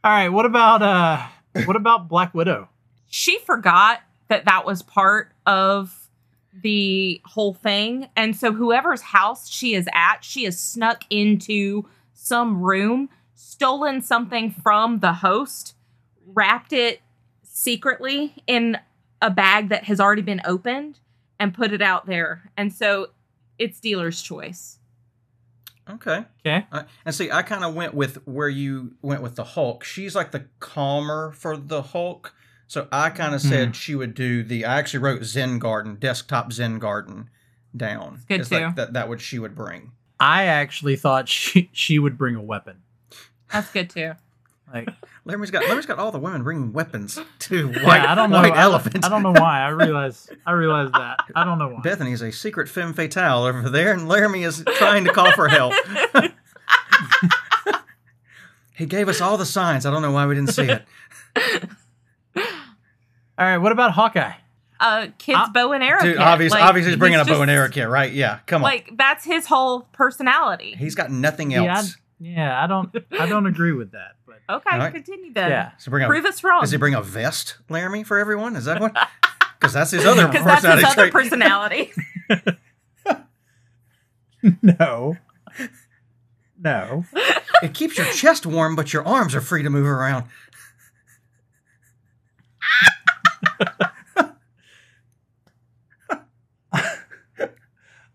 Speaker 1: All right, what about uh what about Black Widow?
Speaker 2: She forgot that that was part of the whole thing. And so whoever's house she is at, she is snuck into some room, stolen something from the host, wrapped it secretly in a bag that has already been opened and put it out there. And so it's dealer's choice.
Speaker 3: Okay.
Speaker 1: Okay.
Speaker 3: Uh, and see, I kind of went with where you went with the Hulk. She's like the calmer for the Hulk. So I kind of
Speaker 1: Hmm.
Speaker 3: said she would do the. I actually wrote Zen Garden, desktop Zen Garden, down.
Speaker 2: good
Speaker 3: It's like
Speaker 2: too.
Speaker 3: that that what she would bring.
Speaker 1: I actually thought she she would bring a weapon.
Speaker 2: That's good too.
Speaker 1: Like
Speaker 3: Laramie's got Laramie's got all the women bringing weapons to white,
Speaker 1: yeah, I don't know.
Speaker 3: white
Speaker 1: I,
Speaker 3: elephant.
Speaker 1: I don't know why. I realize I realize that. I don't know why.
Speaker 3: Bethany's a secret femme fatale over there, and Laramie is trying to call for help. he gave us all the signs. I don't know why we didn't see it.
Speaker 1: All right, what about Hawkeye?
Speaker 2: uh kids
Speaker 1: Uh,
Speaker 2: bow and arrow
Speaker 3: Ah, Dude,
Speaker 2: kit.
Speaker 3: obvious,
Speaker 2: Like,
Speaker 3: obviously, he's bringing up bow
Speaker 2: just-
Speaker 3: and arrow kit, right? Yeah, come on.
Speaker 2: like that's his whole personality
Speaker 3: he's got nothing
Speaker 1: Yeah,
Speaker 3: else.
Speaker 1: Yeah, I don't I don't agree with that, but
Speaker 2: okay
Speaker 3: Alright.
Speaker 2: continue then
Speaker 1: yeah.
Speaker 3: Does he bring a,
Speaker 2: prove us wrong
Speaker 3: does he bring a vest, Laramie, for everyone? Is that what? Because that's his other
Speaker 2: because that's
Speaker 3: personality
Speaker 2: his other
Speaker 3: trait.
Speaker 2: personality
Speaker 1: No. No.
Speaker 3: it keeps your chest warm, but your arms are free to move around.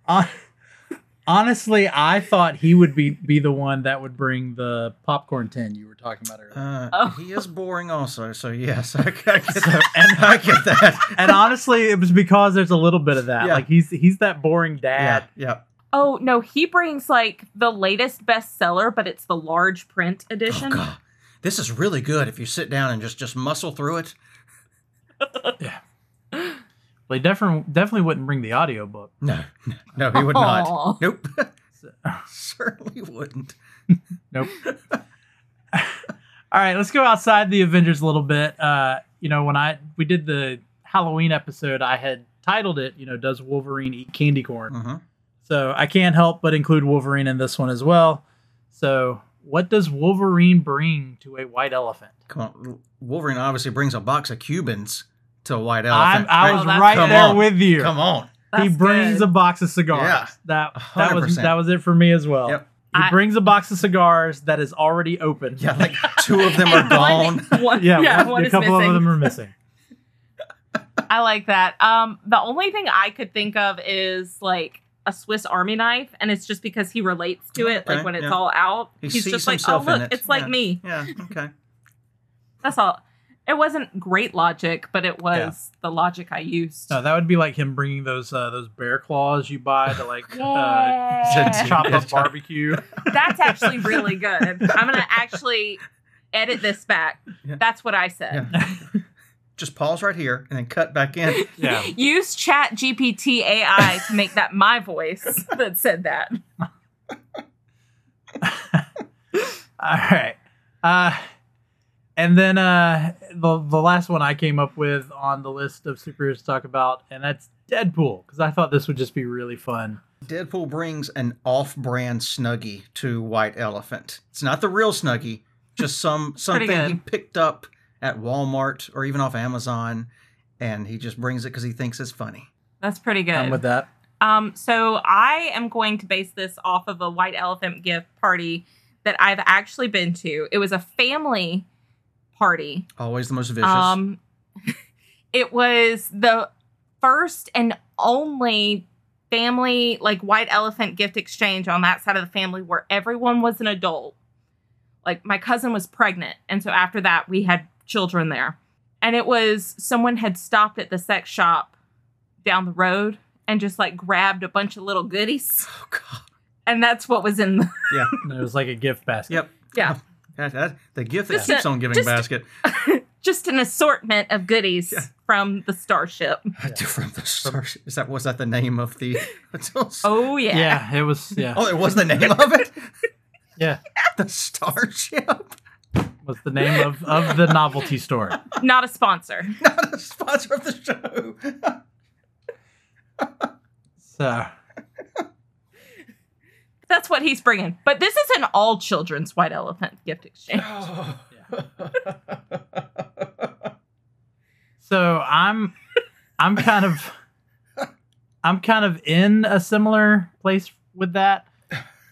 Speaker 1: Hon- Honestly, I thought he would be be the one that would bring the popcorn tin you were talking about earlier.
Speaker 3: Uh,
Speaker 2: Oh.
Speaker 3: He is boring, also. So yes, I, I get that. And uh, I get that.
Speaker 1: and honestly, it was because there's a little bit of that.
Speaker 3: Yeah.
Speaker 1: Like he's he's that boring
Speaker 3: Yeah,
Speaker 1: dad.
Speaker 3: yeah.
Speaker 2: Oh no, he brings like the latest bestseller, but it's the large print
Speaker 3: Oh
Speaker 2: edition.
Speaker 3: god, this is really good. If you sit down and just just muscle through it.
Speaker 1: They definitely definitely wouldn't bring the audiobook.
Speaker 3: No, no, he would not.
Speaker 2: Aw.
Speaker 3: Nope. Certainly wouldn't.
Speaker 1: Nope. All right, let's go outside the Avengers a little bit. Uh, you know, when I we did the Halloween episode, I had titled it, you know, does Wolverine eat candy corn?
Speaker 3: hmm
Speaker 1: So I can't help but include Wolverine in this one as well. So, what does Wolverine bring to a white elephant?
Speaker 3: Come on, Wolverine obviously brings a box of Cubans to a White
Speaker 1: I'm,
Speaker 3: Elephant.
Speaker 1: I
Speaker 3: right?
Speaker 1: was
Speaker 2: Oh, that's
Speaker 1: right
Speaker 3: good.
Speaker 1: there
Speaker 3: Come on.
Speaker 1: with you.
Speaker 3: Come on.
Speaker 1: He
Speaker 2: That's
Speaker 1: brings
Speaker 2: good.
Speaker 1: a box of cigars.
Speaker 3: Yeah,
Speaker 1: that that was
Speaker 3: 100%.
Speaker 1: that was it for me as well.
Speaker 3: Yep.
Speaker 1: He
Speaker 2: I-
Speaker 1: brings a box of cigars that is already open.
Speaker 3: Yeah, like two of them are
Speaker 2: And one-
Speaker 3: gone.
Speaker 2: one-
Speaker 1: yeah,
Speaker 2: yeah,
Speaker 1: one-
Speaker 2: one
Speaker 1: a
Speaker 2: is
Speaker 1: couple
Speaker 2: missing.
Speaker 1: of them are missing.
Speaker 2: I like that. Um, the only thing I could think of is like a Swiss Army knife, and it's just because he relates to it.
Speaker 3: Okay,
Speaker 2: like when it's
Speaker 3: yeah.
Speaker 2: all out,
Speaker 3: He
Speaker 2: he's
Speaker 3: sees
Speaker 2: just like, "Oh
Speaker 3: himself in
Speaker 2: look,
Speaker 3: it."
Speaker 2: it's like
Speaker 3: Yeah.
Speaker 2: me."
Speaker 3: Yeah. Okay.
Speaker 2: That's all. It wasn't great logic, but it was the logic I used.
Speaker 1: No, that would be like him bringing those uh, those bear claws you buy to like uh,
Speaker 2: Yeah.
Speaker 1: chop
Speaker 3: Yeah.
Speaker 1: up barbecue.
Speaker 2: That's actually really good. I'm gonna actually edit this back.
Speaker 3: Yeah.
Speaker 2: That's what I said.
Speaker 3: Yeah. Just pause right here and then cut back in.
Speaker 1: Yeah.
Speaker 2: Use Chat GPT AI to make that my voice that said that.
Speaker 1: All right. Uh, and then uh, the the last one I came up with on the list of superheroes to talk about, and that's Deadpool, because I thought this would just be really fun.
Speaker 3: Deadpool brings an off-brand Snuggie to White Elephant. It's not the real Snuggie, just some something
Speaker 2: good.
Speaker 3: he picked up at Walmart or even off Amazon, and he just brings it because he thinks it's funny.
Speaker 2: That's pretty good.
Speaker 1: I'm with that.
Speaker 2: Um, so I am going to base this off of a white elephant gift party that I've actually been to. It was a family party.
Speaker 3: Always the most vicious.
Speaker 2: Um, it was the first and only family like white elephant gift exchange on that side of the family where everyone was an adult. Like my cousin was pregnant, and so after that we had children there. And it was someone had stopped at the sex shop down the road and just like grabbed a bunch of little goodies.
Speaker 3: oh God.
Speaker 2: And that's what was in the
Speaker 1: And it was like a gift basket.
Speaker 3: Yep.
Speaker 2: yeah,
Speaker 3: That, that- the gift that
Speaker 2: Just
Speaker 3: keeps
Speaker 2: a-
Speaker 3: on giving
Speaker 2: just-
Speaker 3: basket
Speaker 2: just an assortment of goodies
Speaker 3: Yeah.
Speaker 2: from the starship.
Speaker 3: from the stars. Is that was that the name of the? oh,
Speaker 2: Oh yeah.
Speaker 1: Yeah, it was. Yeah,
Speaker 3: it was the name of it.
Speaker 1: Yeah.
Speaker 3: the starship.
Speaker 1: was the name of, of the novelty store.
Speaker 2: Not a sponsor.
Speaker 3: Not a sponsor of the show.
Speaker 1: So
Speaker 2: That's what he's bringing. But this is an all children's white elephant gift exchange.
Speaker 1: so I'm I'm kind of I'm kind of in a similar place with that.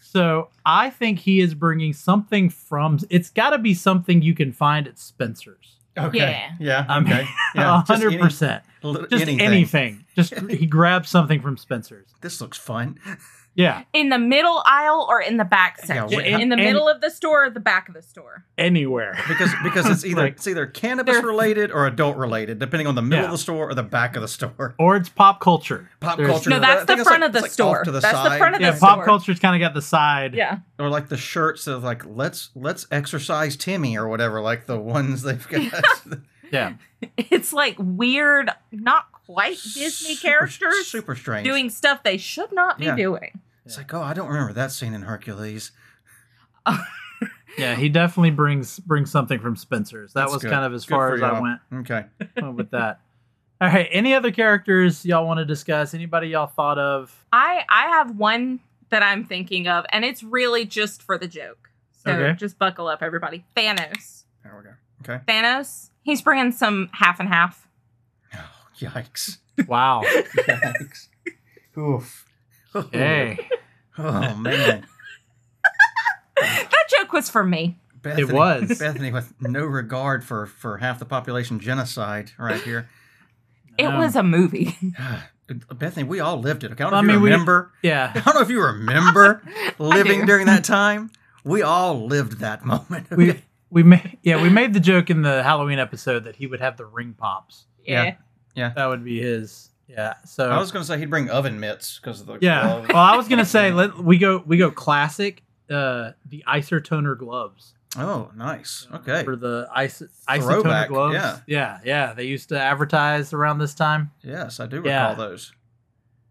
Speaker 1: So I think he is bringing something from. It's got to be something you can find at Spencer's.
Speaker 3: okay.
Speaker 2: Yeah.
Speaker 1: I
Speaker 3: Yeah.
Speaker 1: mean,
Speaker 3: Okay.
Speaker 1: A
Speaker 3: Yeah. just
Speaker 1: hundred
Speaker 3: any-
Speaker 1: percent.
Speaker 3: li-
Speaker 1: Just anything. Just he grabs something from Spencer's.
Speaker 3: This looks fun.
Speaker 1: Yeah,
Speaker 2: In the middle aisle or in the back section?
Speaker 3: wait, how-
Speaker 2: in the
Speaker 1: and-
Speaker 2: middle of the store or the back of the store?
Speaker 1: anywhere.
Speaker 3: Because because it's either
Speaker 1: Like-
Speaker 3: it's either cannabis
Speaker 2: They're-
Speaker 3: related or adult related, depending on the middle
Speaker 1: Yeah.
Speaker 3: of the store or the back of the store.
Speaker 1: Or it's pop culture.
Speaker 3: Pop
Speaker 1: There's-
Speaker 3: culture.
Speaker 2: No,
Speaker 3: I
Speaker 2: that's
Speaker 3: think
Speaker 2: the
Speaker 3: it's
Speaker 2: front
Speaker 3: like-
Speaker 2: of the
Speaker 3: it's like
Speaker 2: store.
Speaker 3: off to the
Speaker 2: That's the
Speaker 3: side.
Speaker 2: front of the
Speaker 1: Yeah,
Speaker 2: That's
Speaker 1: pop
Speaker 2: store.
Speaker 1: culture's kind of got the side.
Speaker 2: Yeah.
Speaker 3: or like the shirts that are like let's let's exercise Timmy or whatever, like the ones they've got.
Speaker 1: yeah.
Speaker 2: It's like weird, not quite Disney
Speaker 3: Super-
Speaker 2: characters
Speaker 3: super strange.
Speaker 2: doing stuff they should not be
Speaker 3: Yeah.
Speaker 2: doing.
Speaker 3: it's like oh, I don't remember that scene in Hercules.
Speaker 1: Yeah, he definitely brings brings something from Spencer's. That
Speaker 3: That's
Speaker 1: was
Speaker 3: good.
Speaker 1: kind of as
Speaker 3: Good
Speaker 1: far
Speaker 3: for
Speaker 1: as I
Speaker 3: y'all.
Speaker 1: went
Speaker 3: Okay,
Speaker 1: went with that. All right, any other characters y'all want to discuss? Anybody y'all thought of?
Speaker 2: I I have one that I'm thinking of, and it's really just for the joke. So
Speaker 1: Okay.
Speaker 2: just buckle up, everybody. Thanos.
Speaker 3: there we go. Okay.
Speaker 2: Thanos. He's bringing some half and half.
Speaker 3: Oh, yikes!
Speaker 1: Wow.
Speaker 3: Yikes! Oof.
Speaker 1: Hey,
Speaker 3: Oh man.
Speaker 2: that joke was for me.
Speaker 3: Bethany,
Speaker 1: was.
Speaker 3: Bethany with no regard
Speaker 1: Um,
Speaker 3: for for half the population genocide right here.
Speaker 2: It was a movie.
Speaker 3: Uh, Bethany, we all lived it. Okay, I don't
Speaker 1: Well, I
Speaker 3: know if
Speaker 1: mean,
Speaker 3: you
Speaker 1: we-
Speaker 3: remember.
Speaker 1: Yeah.
Speaker 3: I don't know if you remember living
Speaker 2: do.
Speaker 3: during that time. We all lived that moment.
Speaker 1: We we made yeah we made the joke in the Halloween episode that he would have the ring pops.
Speaker 2: Yeah.
Speaker 3: Yeah.
Speaker 1: That would be his. Yeah. So
Speaker 3: I was going to say he'd bring oven mitts because of the
Speaker 1: uh, yeah.
Speaker 3: gloves.
Speaker 1: Well, I was gonna say let we go we go classic uh the isotoner gloves
Speaker 3: Oh, nice. Okay.
Speaker 1: for the ice isotoner
Speaker 3: Throwback,
Speaker 1: gloves.
Speaker 3: yeah.
Speaker 1: yeah, yeah. They used to advertise around this time.
Speaker 3: Yes, I do recall
Speaker 1: Yeah.
Speaker 3: those.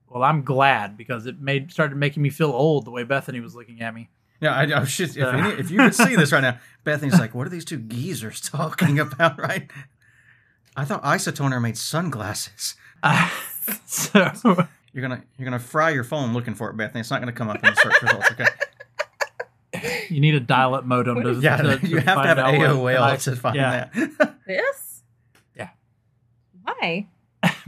Speaker 1: Well, I'm glad because it made started making me feel old the way Bethany was looking at me.
Speaker 3: Yeah, I, I should, if,
Speaker 1: Uh,
Speaker 3: any, if you could see this right now, Bethany's like, "What are these two geezers talking about?" Right? I thought Isotoner made sunglasses.
Speaker 1: Uh, so
Speaker 3: You're gonna you're gonna fry your phone looking for it, Bethany. It's not gonna come up in the search results. Okay.
Speaker 1: you need a dial-up modem to,
Speaker 3: Yeah,
Speaker 1: to-
Speaker 3: you have to
Speaker 1: find
Speaker 3: have
Speaker 1: out what-
Speaker 3: AOL to find
Speaker 1: yeah.
Speaker 3: that.
Speaker 2: This?
Speaker 1: Yeah.
Speaker 2: Why?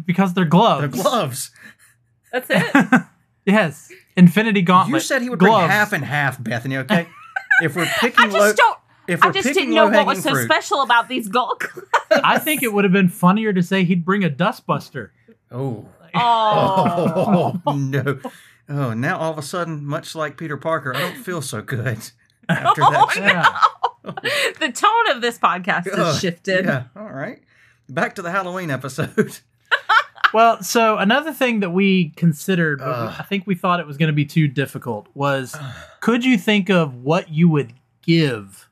Speaker 1: because they're gloves.
Speaker 3: the gloves.
Speaker 2: That's it.
Speaker 1: yes, Infinity Gauntlet.
Speaker 3: You said he would bring
Speaker 1: gloves.
Speaker 3: half and half, Bethany. Okay. If we're picking
Speaker 2: I just
Speaker 3: low,
Speaker 2: don't.
Speaker 3: if we're
Speaker 2: I just
Speaker 3: picking
Speaker 2: didn't know what was
Speaker 3: low-hanging
Speaker 2: so
Speaker 3: fruit,
Speaker 2: special about these gold.
Speaker 1: I think it would have been funnier to say he'd bring a dustbuster.
Speaker 3: Oh.
Speaker 2: Oh.
Speaker 3: Oh, no. Oh, now all of a sudden, much like Peter Parker, I don't feel so good after
Speaker 2: Oh,
Speaker 3: that.
Speaker 1: Yeah.
Speaker 2: the tone of this podcast
Speaker 3: Ugh,
Speaker 2: has shifted.
Speaker 3: Yeah. All right. Back to the Halloween episode.
Speaker 1: Well, so another thing that we considered, but
Speaker 3: Ugh.
Speaker 1: I think we thought it was going to be too difficult, was could you think of what you would give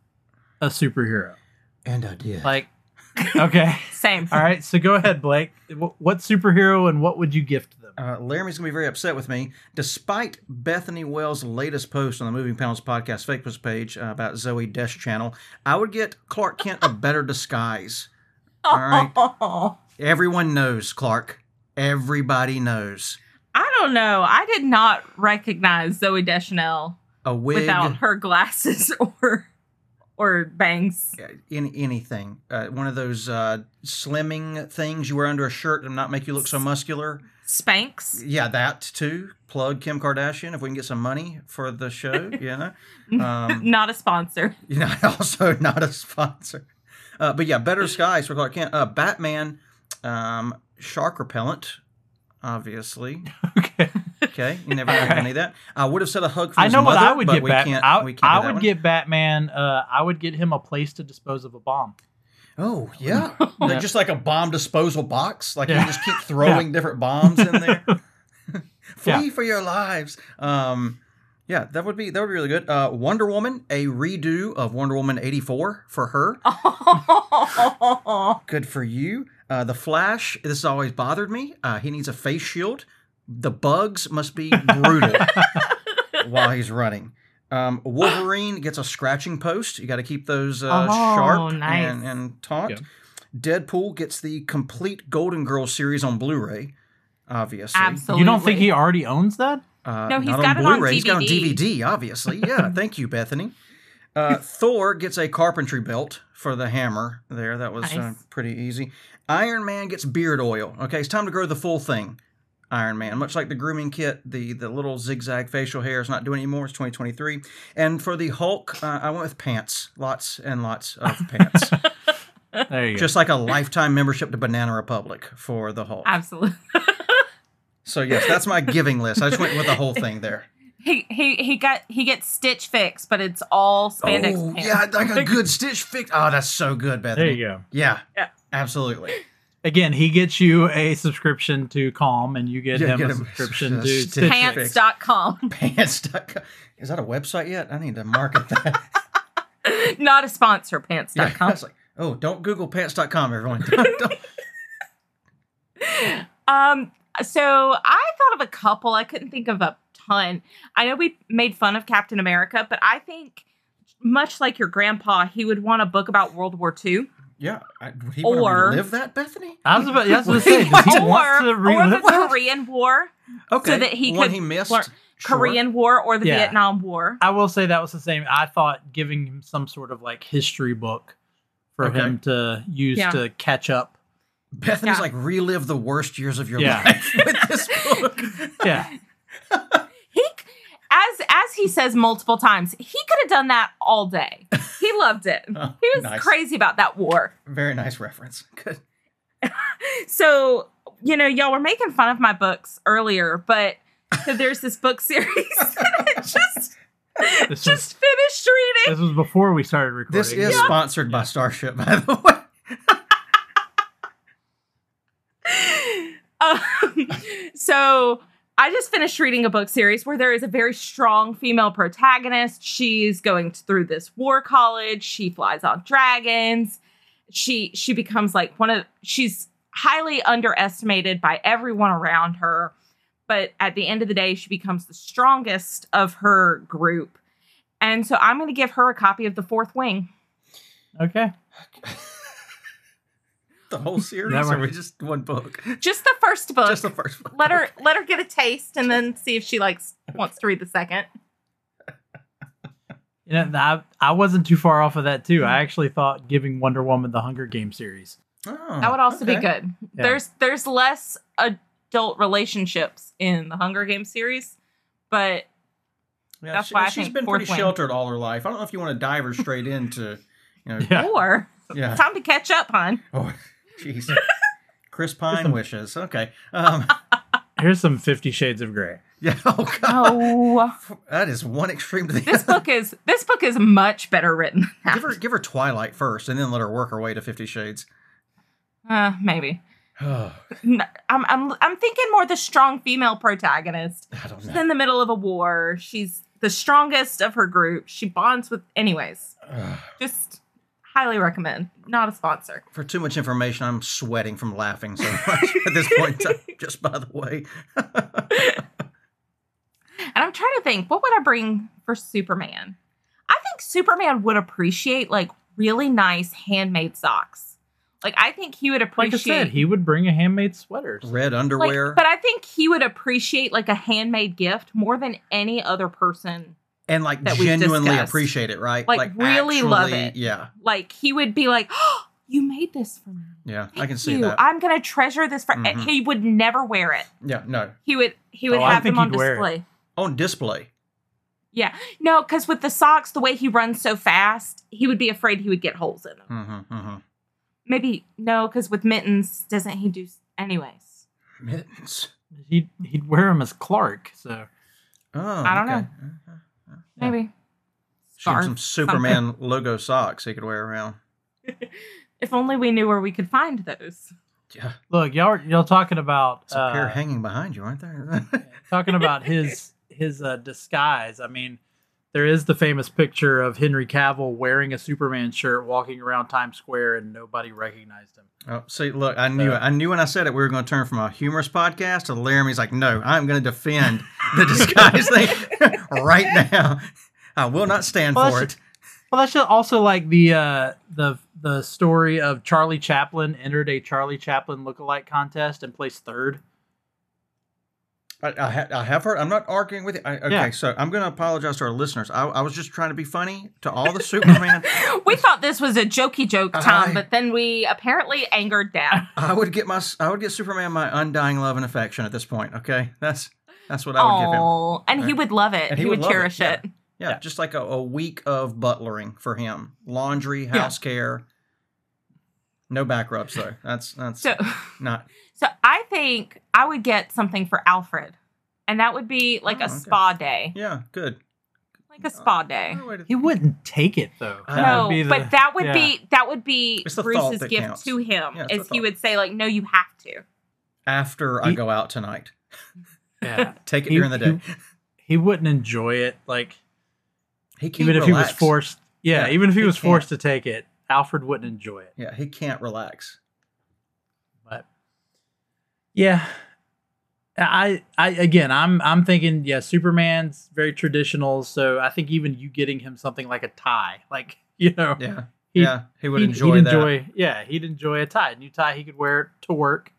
Speaker 1: a superhero?
Speaker 3: And I did.
Speaker 1: Like, okay.
Speaker 2: Same.
Speaker 1: All right. So go ahead, Blake. Wh- What superhero and what would you gift them?
Speaker 3: Uh, Laramie's going to be very upset with me. Despite Bethany Wells' latest post on the Moving Panels podcast Facebook page uh, about Zoe Desch channel, I would get Clark Kent a better disguise. All right. Everyone knows Clark. Everybody knows.
Speaker 2: I don't know. I did not recognize Zoe Deschanel
Speaker 3: A wig,
Speaker 2: without her glasses or or bangs.
Speaker 3: uh, in anything. Uh, one of those uh, slimming things you wear under a shirt to not make you look so muscular.
Speaker 2: Spanx.
Speaker 3: Yeah, that too. Plug Kim Kardashian if we can get some money for the show. Yeah. Um,
Speaker 2: Not a sponsor.
Speaker 3: you know, also not a sponsor. Uh, but yeah, Better Skies for Clark Kent. Uh, Batman, um, Shark Repellent, obviously.
Speaker 1: Okay.
Speaker 3: Okay, you never know any of that. I would have said a hug for
Speaker 1: I
Speaker 3: his
Speaker 1: know what
Speaker 3: mother,
Speaker 1: I would
Speaker 3: but
Speaker 1: get.
Speaker 3: we
Speaker 1: Bat-
Speaker 3: can't.
Speaker 1: I,
Speaker 3: we can't do
Speaker 1: I
Speaker 3: that
Speaker 1: would
Speaker 3: one.
Speaker 1: get Batman. Uh, I would get him a place to dispose of a bomb.
Speaker 3: Oh yeah, Like, just like a bomb disposal box. Like you
Speaker 1: Yeah.
Speaker 3: just keep throwing different bombs in there. Flee
Speaker 1: Yeah.
Speaker 3: for your lives. Um, yeah, that would be that would be really good. Uh, Wonder Woman, a redo of Wonder Woman eighty four for her.
Speaker 2: Oh.
Speaker 3: Good for you. Uh, the Flash. This has always bothered me. Uh, he needs a face shield. The bugs must be brutal while he's running. Um, Wolverine gets a scratching post. You got to keep those uh,
Speaker 2: Oh,
Speaker 3: sharp
Speaker 2: nice.
Speaker 3: and, and taut.
Speaker 1: Yeah.
Speaker 3: Deadpool gets the complete Golden Girl series on Blu-ray. Obviously,
Speaker 2: Absolutely.
Speaker 1: You don't think he already owns that?
Speaker 3: Uh,
Speaker 2: No, he's
Speaker 3: not
Speaker 2: got
Speaker 3: on
Speaker 2: it on
Speaker 3: Blu-ray. He's got it on
Speaker 2: DVD.
Speaker 3: DVD, obviously. Yeah, thank you, Bethany. Uh, Thor gets a carpentry belt for the hammer. There, that was uh,
Speaker 2: Nice.
Speaker 3: pretty easy. Iron Man gets beard oil. Okay, it's time to grow the full thing. Iron Man, much like the grooming kit, the the little zigzag facial hair is not doing anymore. It's 2023. And for the Hulk, uh, I went with pants. Lots and lots of pants.
Speaker 1: There you go.
Speaker 3: Just like a lifetime membership to Banana Republic for the Hulk.
Speaker 2: Absolutely.
Speaker 3: So yes, that's my giving list. I just went with the whole thing there.
Speaker 2: He he he got he gets Stitch Fix, but it's all spandex
Speaker 3: oh,
Speaker 2: pants.
Speaker 3: Yeah, like a good stitch fix. Oh, that's so good, Bethany.
Speaker 1: There you go.
Speaker 3: Yeah.
Speaker 2: Yeah.
Speaker 3: Absolutely.
Speaker 1: Again, he gets you a subscription to Calm, and you get
Speaker 3: Yeah,
Speaker 1: him
Speaker 3: get
Speaker 1: a
Speaker 3: him
Speaker 1: subscription
Speaker 3: a
Speaker 1: to
Speaker 3: Stitch
Speaker 1: Stitch
Speaker 3: Fix.
Speaker 1: Fix.
Speaker 2: Pants.com.
Speaker 3: Pants.com. Is that a website yet? I need to market that.
Speaker 2: Not a sponsor,
Speaker 3: yeah.
Speaker 2: pants.com.
Speaker 3: I was like, oh, don't Google pants.com, everyone. Don't- don't-
Speaker 2: Um, so I thought of a couple. I couldn't think of a ton. I know we made fun of Captain America, but I think much like your grandpa, he would want a book about World War II.
Speaker 3: yeah. I, would he want
Speaker 2: Or-
Speaker 3: to relive that, Bethany?
Speaker 1: I was about, I was about to
Speaker 3: Wait,
Speaker 1: say, does he
Speaker 2: or,
Speaker 1: want to
Speaker 2: or
Speaker 1: relive
Speaker 2: the
Speaker 1: that?
Speaker 2: Korean War,
Speaker 3: Okay.
Speaker 2: that he
Speaker 3: One
Speaker 2: could
Speaker 3: he missed.
Speaker 2: learn-
Speaker 3: Sure.
Speaker 2: Korean War, or the
Speaker 1: Yeah.
Speaker 2: Vietnam War.
Speaker 1: I will say that was the same. I thought giving him some sort of like history book for
Speaker 3: Okay.
Speaker 1: him to use
Speaker 2: Yeah.
Speaker 1: to catch up.
Speaker 3: Bethany's
Speaker 2: Yeah.
Speaker 3: like, relive the worst years of your
Speaker 1: Yeah.
Speaker 3: life with this book.
Speaker 1: Yeah.
Speaker 2: He, c- as as he says multiple times, he could have done that all day. He loved it.
Speaker 3: Oh,
Speaker 2: He was
Speaker 3: nice.
Speaker 2: crazy about that war.
Speaker 3: Very nice reference. Good.
Speaker 2: So you know, y'all were making fun of my books earlier, but so there's this book series that I just
Speaker 1: This
Speaker 2: just finished
Speaker 1: This
Speaker 2: reading.
Speaker 1: was before we started recording.
Speaker 3: This is sponsored by Starship, by the way.
Speaker 2: Um, so I just finished reading a book series where there is a very strong female protagonist. She's going through this war college. She flies on dragons. She she becomes like one of she's highly underestimated by everyone around her, but at the end of the day, she becomes the strongest of her group. And so I'm going to give her a copy of The Fourth Wing.
Speaker 1: okay.
Speaker 3: The whole series,
Speaker 1: Never.
Speaker 3: or we just one book?
Speaker 2: Just the first book.
Speaker 3: Just the first book.
Speaker 2: let her let her get a taste and then see if she likes wants to read the second.
Speaker 1: You know, I, I wasn't too far off of that too. I actually thought giving Wonder Woman the Hunger Game series.
Speaker 3: Oh,
Speaker 2: That would also be
Speaker 3: okay.
Speaker 2: good.
Speaker 1: Yeah.
Speaker 2: There's there's less adult relationships in the Hunger Games series, but
Speaker 3: Yeah,
Speaker 2: That's
Speaker 3: she,
Speaker 2: why I
Speaker 3: she's
Speaker 2: think
Speaker 3: been
Speaker 2: fourth
Speaker 3: pretty
Speaker 2: wing.
Speaker 3: sheltered all her life. I don't know if you want to dive her straight into, you know,
Speaker 1: Yeah.
Speaker 2: or
Speaker 3: yeah.
Speaker 2: time to catch up, hon.
Speaker 3: Oh, jeez. Chris Pine wishes. Okay. Um,
Speaker 1: Here's some Fifty Shades of Grey.
Speaker 3: yeah. Oh God.
Speaker 2: Oh,
Speaker 3: That is one extreme to the
Speaker 2: this
Speaker 3: other.
Speaker 2: book is this book is much better written. Than that.
Speaker 3: Give her, give her Twilight first, and then let her work her way to Fifty Shades.
Speaker 2: Uh, maybe
Speaker 3: Oh,
Speaker 2: No, I'm I'm I'm thinking more the strong female protagonist.
Speaker 3: I don't
Speaker 2: She's
Speaker 3: know.
Speaker 2: in the middle of a war. She's the strongest of her group. She bonds with anyways.
Speaker 3: Ugh.
Speaker 2: Just highly recommend. Not a sponsor.
Speaker 3: For too much information, I'm sweating from laughing so much at this point. in time, Just by the way,
Speaker 2: And I'm trying to think, what would I bring for Superman? I think Superman would appreciate like really nice handmade socks. Like I think he would
Speaker 1: Like I
Speaker 2: appreciate
Speaker 1: said, he would bring a handmade sweater.
Speaker 3: red
Speaker 2: like,
Speaker 3: underwear
Speaker 2: but I think he would appreciate like a handmade gift more than any other person.
Speaker 3: and like
Speaker 2: that we've
Speaker 3: genuinely
Speaker 2: discussed.
Speaker 3: appreciate it, right?
Speaker 2: Like, really love it.
Speaker 3: Yeah,
Speaker 2: Like he would be like, oh, "You made this for me.
Speaker 3: yeah, I
Speaker 2: Thank
Speaker 3: can see
Speaker 2: you.
Speaker 3: that.
Speaker 2: I'm gonna treasure this for."
Speaker 3: Mhm.
Speaker 2: He would never wear it.
Speaker 3: yeah, no,
Speaker 2: He would he would
Speaker 1: Mm-hmm. Oh, I
Speaker 2: have them
Speaker 1: think
Speaker 2: on
Speaker 1: he'd wear it.
Speaker 2: display.
Speaker 3: on display.
Speaker 2: Yeah, no, because with the socks, the way he runs so fast, he would be afraid he would get holes in them.
Speaker 3: Mm-hmm, mm-hmm.
Speaker 2: Maybe no, because with mittens, doesn't he do s- anyways?
Speaker 3: Mittens.
Speaker 1: He'd he'd wear him as Clark. So
Speaker 3: Oh,
Speaker 2: I don't know.
Speaker 3: know.
Speaker 1: Yeah.
Speaker 2: Maybe.
Speaker 3: Shoot
Speaker 2: Scarf,
Speaker 3: some Superman logo socks he could wear around.
Speaker 2: If only we knew where we could find those.
Speaker 3: Yeah,
Speaker 1: look, y'all are- y'all talking about
Speaker 3: it's a pair
Speaker 1: uh,
Speaker 3: hanging behind you, aren't there?
Speaker 1: talking about his his uh, disguise. I mean, there is the famous picture of Henry Cavill wearing a Superman shirt walking around Times Square and nobody recognized him.
Speaker 3: oh, see, look, I knew it. I knew when I said it, we were going to turn from a humorous podcast to Laramie's like, no, I'm going to defend the disguise thing right now. I will not stand
Speaker 1: Well,
Speaker 3: for
Speaker 1: that's-
Speaker 3: it.
Speaker 1: Well, that's just also like the uh, the the story of Charlie Chaplin entered a Charlie Chaplin lookalike contest and placed third.
Speaker 3: I, I, ha- I have heard. I'm not arguing with you. I, okay,
Speaker 1: Yeah.
Speaker 3: so I'm going to apologize to our listeners. I, I was just trying to be funny to all the Superman.
Speaker 2: We thought this was a jokey joke, Tom,
Speaker 3: I-
Speaker 2: but then we apparently angered Dad.
Speaker 3: I would get my I would get Superman my undying love and affection at this point. Okay, that's that's what I would give him.
Speaker 2: Oh, and he
Speaker 3: Right.
Speaker 2: would love it.
Speaker 3: And
Speaker 2: he,
Speaker 3: he
Speaker 2: would,
Speaker 3: would love it,
Speaker 2: cherish
Speaker 3: yeah.
Speaker 2: it.
Speaker 3: Yeah,
Speaker 1: Yeah.
Speaker 3: just like a, a week of butlering for him, laundry,
Speaker 2: Yeah.
Speaker 3: house care, no back rubs though. That's that's
Speaker 2: So,
Speaker 3: not
Speaker 2: so I think I would get something for Alfred, and that would be like
Speaker 3: Oh,
Speaker 2: a
Speaker 3: okay.
Speaker 2: spa day,
Speaker 3: yeah good.
Speaker 2: like a spa day.
Speaker 3: No way to-
Speaker 1: He wouldn't take it though.
Speaker 3: I
Speaker 1: That
Speaker 2: No,
Speaker 1: would be the-
Speaker 2: but that would
Speaker 1: yeah.
Speaker 2: be that would be
Speaker 3: It's the thought
Speaker 2: Bruce's
Speaker 3: that
Speaker 2: gift
Speaker 3: counts.
Speaker 2: to him,
Speaker 3: Yeah, it's the
Speaker 2: is he
Speaker 3: thought.
Speaker 2: would say like, "No, you have to."
Speaker 3: After I
Speaker 1: He-
Speaker 3: go out tonight,
Speaker 1: yeah.
Speaker 3: take it
Speaker 1: He-
Speaker 3: during the day.
Speaker 1: he wouldn't enjoy it. Like
Speaker 3: He can't
Speaker 1: even if he was
Speaker 3: relax.
Speaker 1: forced, yeah,
Speaker 3: Yeah,
Speaker 1: even if he,
Speaker 3: he
Speaker 1: was
Speaker 3: can't.
Speaker 1: forced to take it, Alfred wouldn't enjoy it.
Speaker 3: Yeah, he can't relax.
Speaker 1: But yeah, I, I again, I'm, I'm thinking, yeah, Superman's very traditional, so I think even you getting him something like a tie, like you know,
Speaker 3: Yeah,
Speaker 1: He-
Speaker 3: yeah, he would
Speaker 1: he'd,
Speaker 3: enjoy
Speaker 1: he'd
Speaker 3: that.
Speaker 1: enjoy, yeah, he'd enjoy a tie, new tie he could wear to work.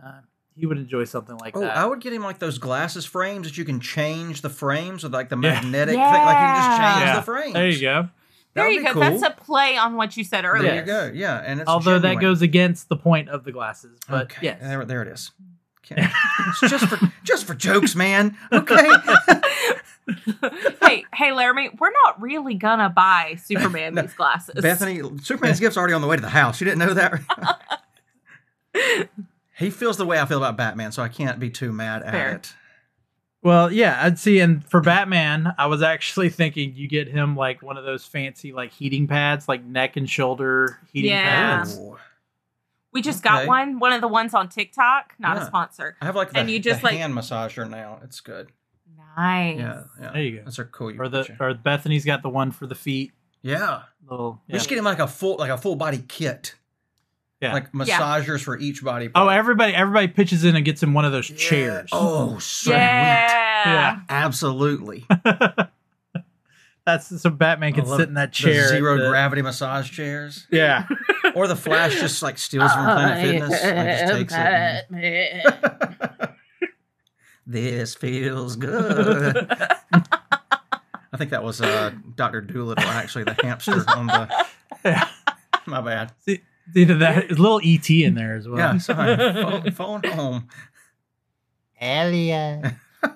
Speaker 1: Uh, he would enjoy something like
Speaker 3: Oh,
Speaker 1: that.
Speaker 3: I would get him like those glasses frames that you can change the frames with like the
Speaker 1: Yeah.
Speaker 3: magnetic thing. Like you can just change
Speaker 1: Yeah.
Speaker 3: the frames.
Speaker 1: there you go.
Speaker 3: That
Speaker 2: There
Speaker 3: would
Speaker 2: you
Speaker 3: be
Speaker 2: go.
Speaker 3: cool.
Speaker 2: That's a play on what you said earlier.
Speaker 3: There you go. Yeah, and it's
Speaker 1: Although that
Speaker 3: genuine.
Speaker 1: goes against the point of the glasses, but
Speaker 3: okay.
Speaker 1: yes.
Speaker 3: there, there it is. Okay. it's just for just for jokes, man. Okay.
Speaker 2: hey, hey, Laramie, we're not really gonna buy Superman
Speaker 3: No,
Speaker 2: these glasses.
Speaker 3: Bethany, Superman's gift's already on the way to the house. You didn't know that. He feels the way I feel about Batman, so I can't be too mad
Speaker 2: Fair.
Speaker 3: at it.
Speaker 1: Well, yeah, I'd see. And for Batman, I was actually thinking you get him like one of those fancy like heating pads, like neck and shoulder heating
Speaker 2: Yeah.
Speaker 1: pads.
Speaker 3: Oh.
Speaker 2: We just
Speaker 3: Okay.
Speaker 2: got one, one of the ones on TikTok, not
Speaker 3: Yeah.
Speaker 2: a sponsor.
Speaker 3: I have like the,
Speaker 2: And you just,
Speaker 3: the
Speaker 2: like-
Speaker 3: hand massager now. It's good.
Speaker 2: Nice.
Speaker 3: Yeah, yeah.
Speaker 1: There you go.
Speaker 3: That's a cool. You
Speaker 1: Or the
Speaker 3: picture.
Speaker 1: or Bethany's got the one for the feet.
Speaker 3: yeah.
Speaker 1: Little.
Speaker 3: We
Speaker 1: Yeah.
Speaker 3: should get him like a full like a full body kit.
Speaker 1: Yeah.
Speaker 3: Like
Speaker 2: Yeah.
Speaker 3: massagers for each body.
Speaker 1: Oh,
Speaker 3: part.
Speaker 1: everybody! Everybody pitches in and gets him one of those
Speaker 3: Yeah.
Speaker 1: chairs.
Speaker 3: Oh, sweet.
Speaker 2: Yeah.
Speaker 3: Absolutely.
Speaker 1: That's so Batman can
Speaker 3: I love
Speaker 1: sit in that
Speaker 3: The
Speaker 1: chair. at
Speaker 3: zero
Speaker 1: the-
Speaker 3: gravity massage chairs.
Speaker 1: Yeah.
Speaker 3: Or the Flash just like steals from Planet Fitness and just takes it. and- this feels good. I think that was uh, Doctor Doolittle, actually, the hamster on the.
Speaker 1: yeah.
Speaker 3: My bad.
Speaker 1: Either that, it's a little ET in there as well.
Speaker 3: Yeah, sorry. phone, phone home.
Speaker 1: All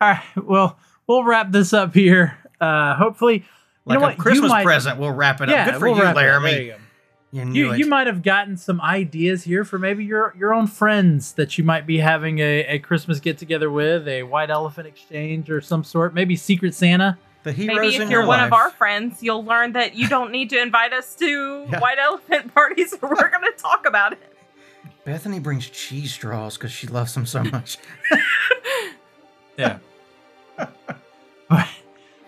Speaker 1: right. Well, we'll wrap this up here. Uh, hopefully,
Speaker 3: Like
Speaker 1: know what?
Speaker 3: a
Speaker 1: You
Speaker 3: Christmas
Speaker 1: might-
Speaker 3: present, we'll wrap it up.
Speaker 1: yeah.
Speaker 3: uh, good for
Speaker 1: we'll
Speaker 3: you,
Speaker 1: wrap it up.
Speaker 3: Laramie.
Speaker 1: There you go.
Speaker 3: You knew
Speaker 1: You,
Speaker 3: it.
Speaker 1: you might have gotten some ideas here for maybe your your own friends that you might be having a, a Christmas get together with, a white elephant exchange or some sort, maybe Secret Santa.
Speaker 3: the heroes
Speaker 2: Maybe
Speaker 3: in
Speaker 2: if you're
Speaker 3: your
Speaker 2: one
Speaker 3: life.
Speaker 2: of our friends, you'll learn that you don't need to invite us to
Speaker 3: Yeah.
Speaker 2: white elephant parties. We're going to talk about it.
Speaker 3: Bethany brings cheese straws because she loves them so much.
Speaker 1: Yeah.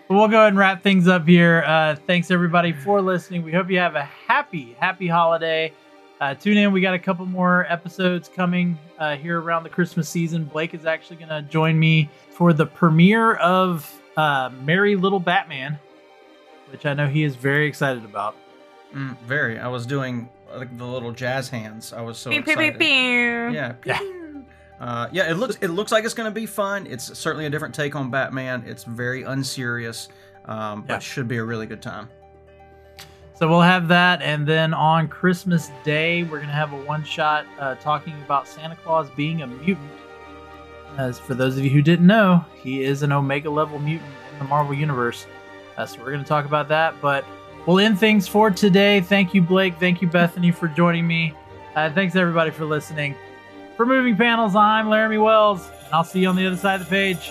Speaker 1: we'll go ahead and wrap things up here. Uh, thanks everybody for listening. We hope you have a happy, happy holiday. Uh, tune in. We got a couple more episodes coming uh, here around the Christmas season. Blake is actually going to join me for the premiere of uh, Merry Little Batman, which I know he is very excited about.
Speaker 3: Mm, very. I was doing uh, like, the little jazz hands. I was so
Speaker 2: Pew, pew, pew,
Speaker 3: excited.
Speaker 2: pew.
Speaker 3: Yeah.
Speaker 1: Yeah.
Speaker 3: Uh, yeah, it looks it looks like it's going to be fun. It's certainly a different take on Batman. It's very unserious, um,
Speaker 1: Yeah.
Speaker 3: but should be a really good time.
Speaker 1: So we'll have that, and then on Christmas Day, we're gonna have a one-shot uh, talking about Santa Claus being a mutant. As for those of you who didn't know, he is an Omega-level mutant in the Marvel Universe. Uh, so we're gonna talk about that. But we'll end things for today. Thank you, Blake. Thank you, Bethany, for joining me. Uh, thanks everybody for listening. For moving panels, I'm Laramie Wells, and I'll see you on the other side of the page.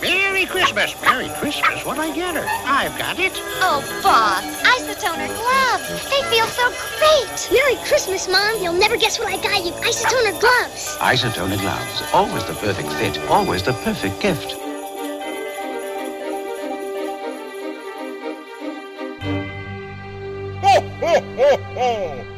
Speaker 4: Merry Christmas, Merry Christmas. What'd I get her? I've got it.
Speaker 5: Oh, Bob, isotoner gloves. They feel so great. Merry Christmas, Mom. You'll never guess what I got you. Isotoner gloves.
Speaker 4: Isotoner gloves. Always the perfect fit. Always the perfect gift.
Speaker 6: Ho, ho, ho, ho!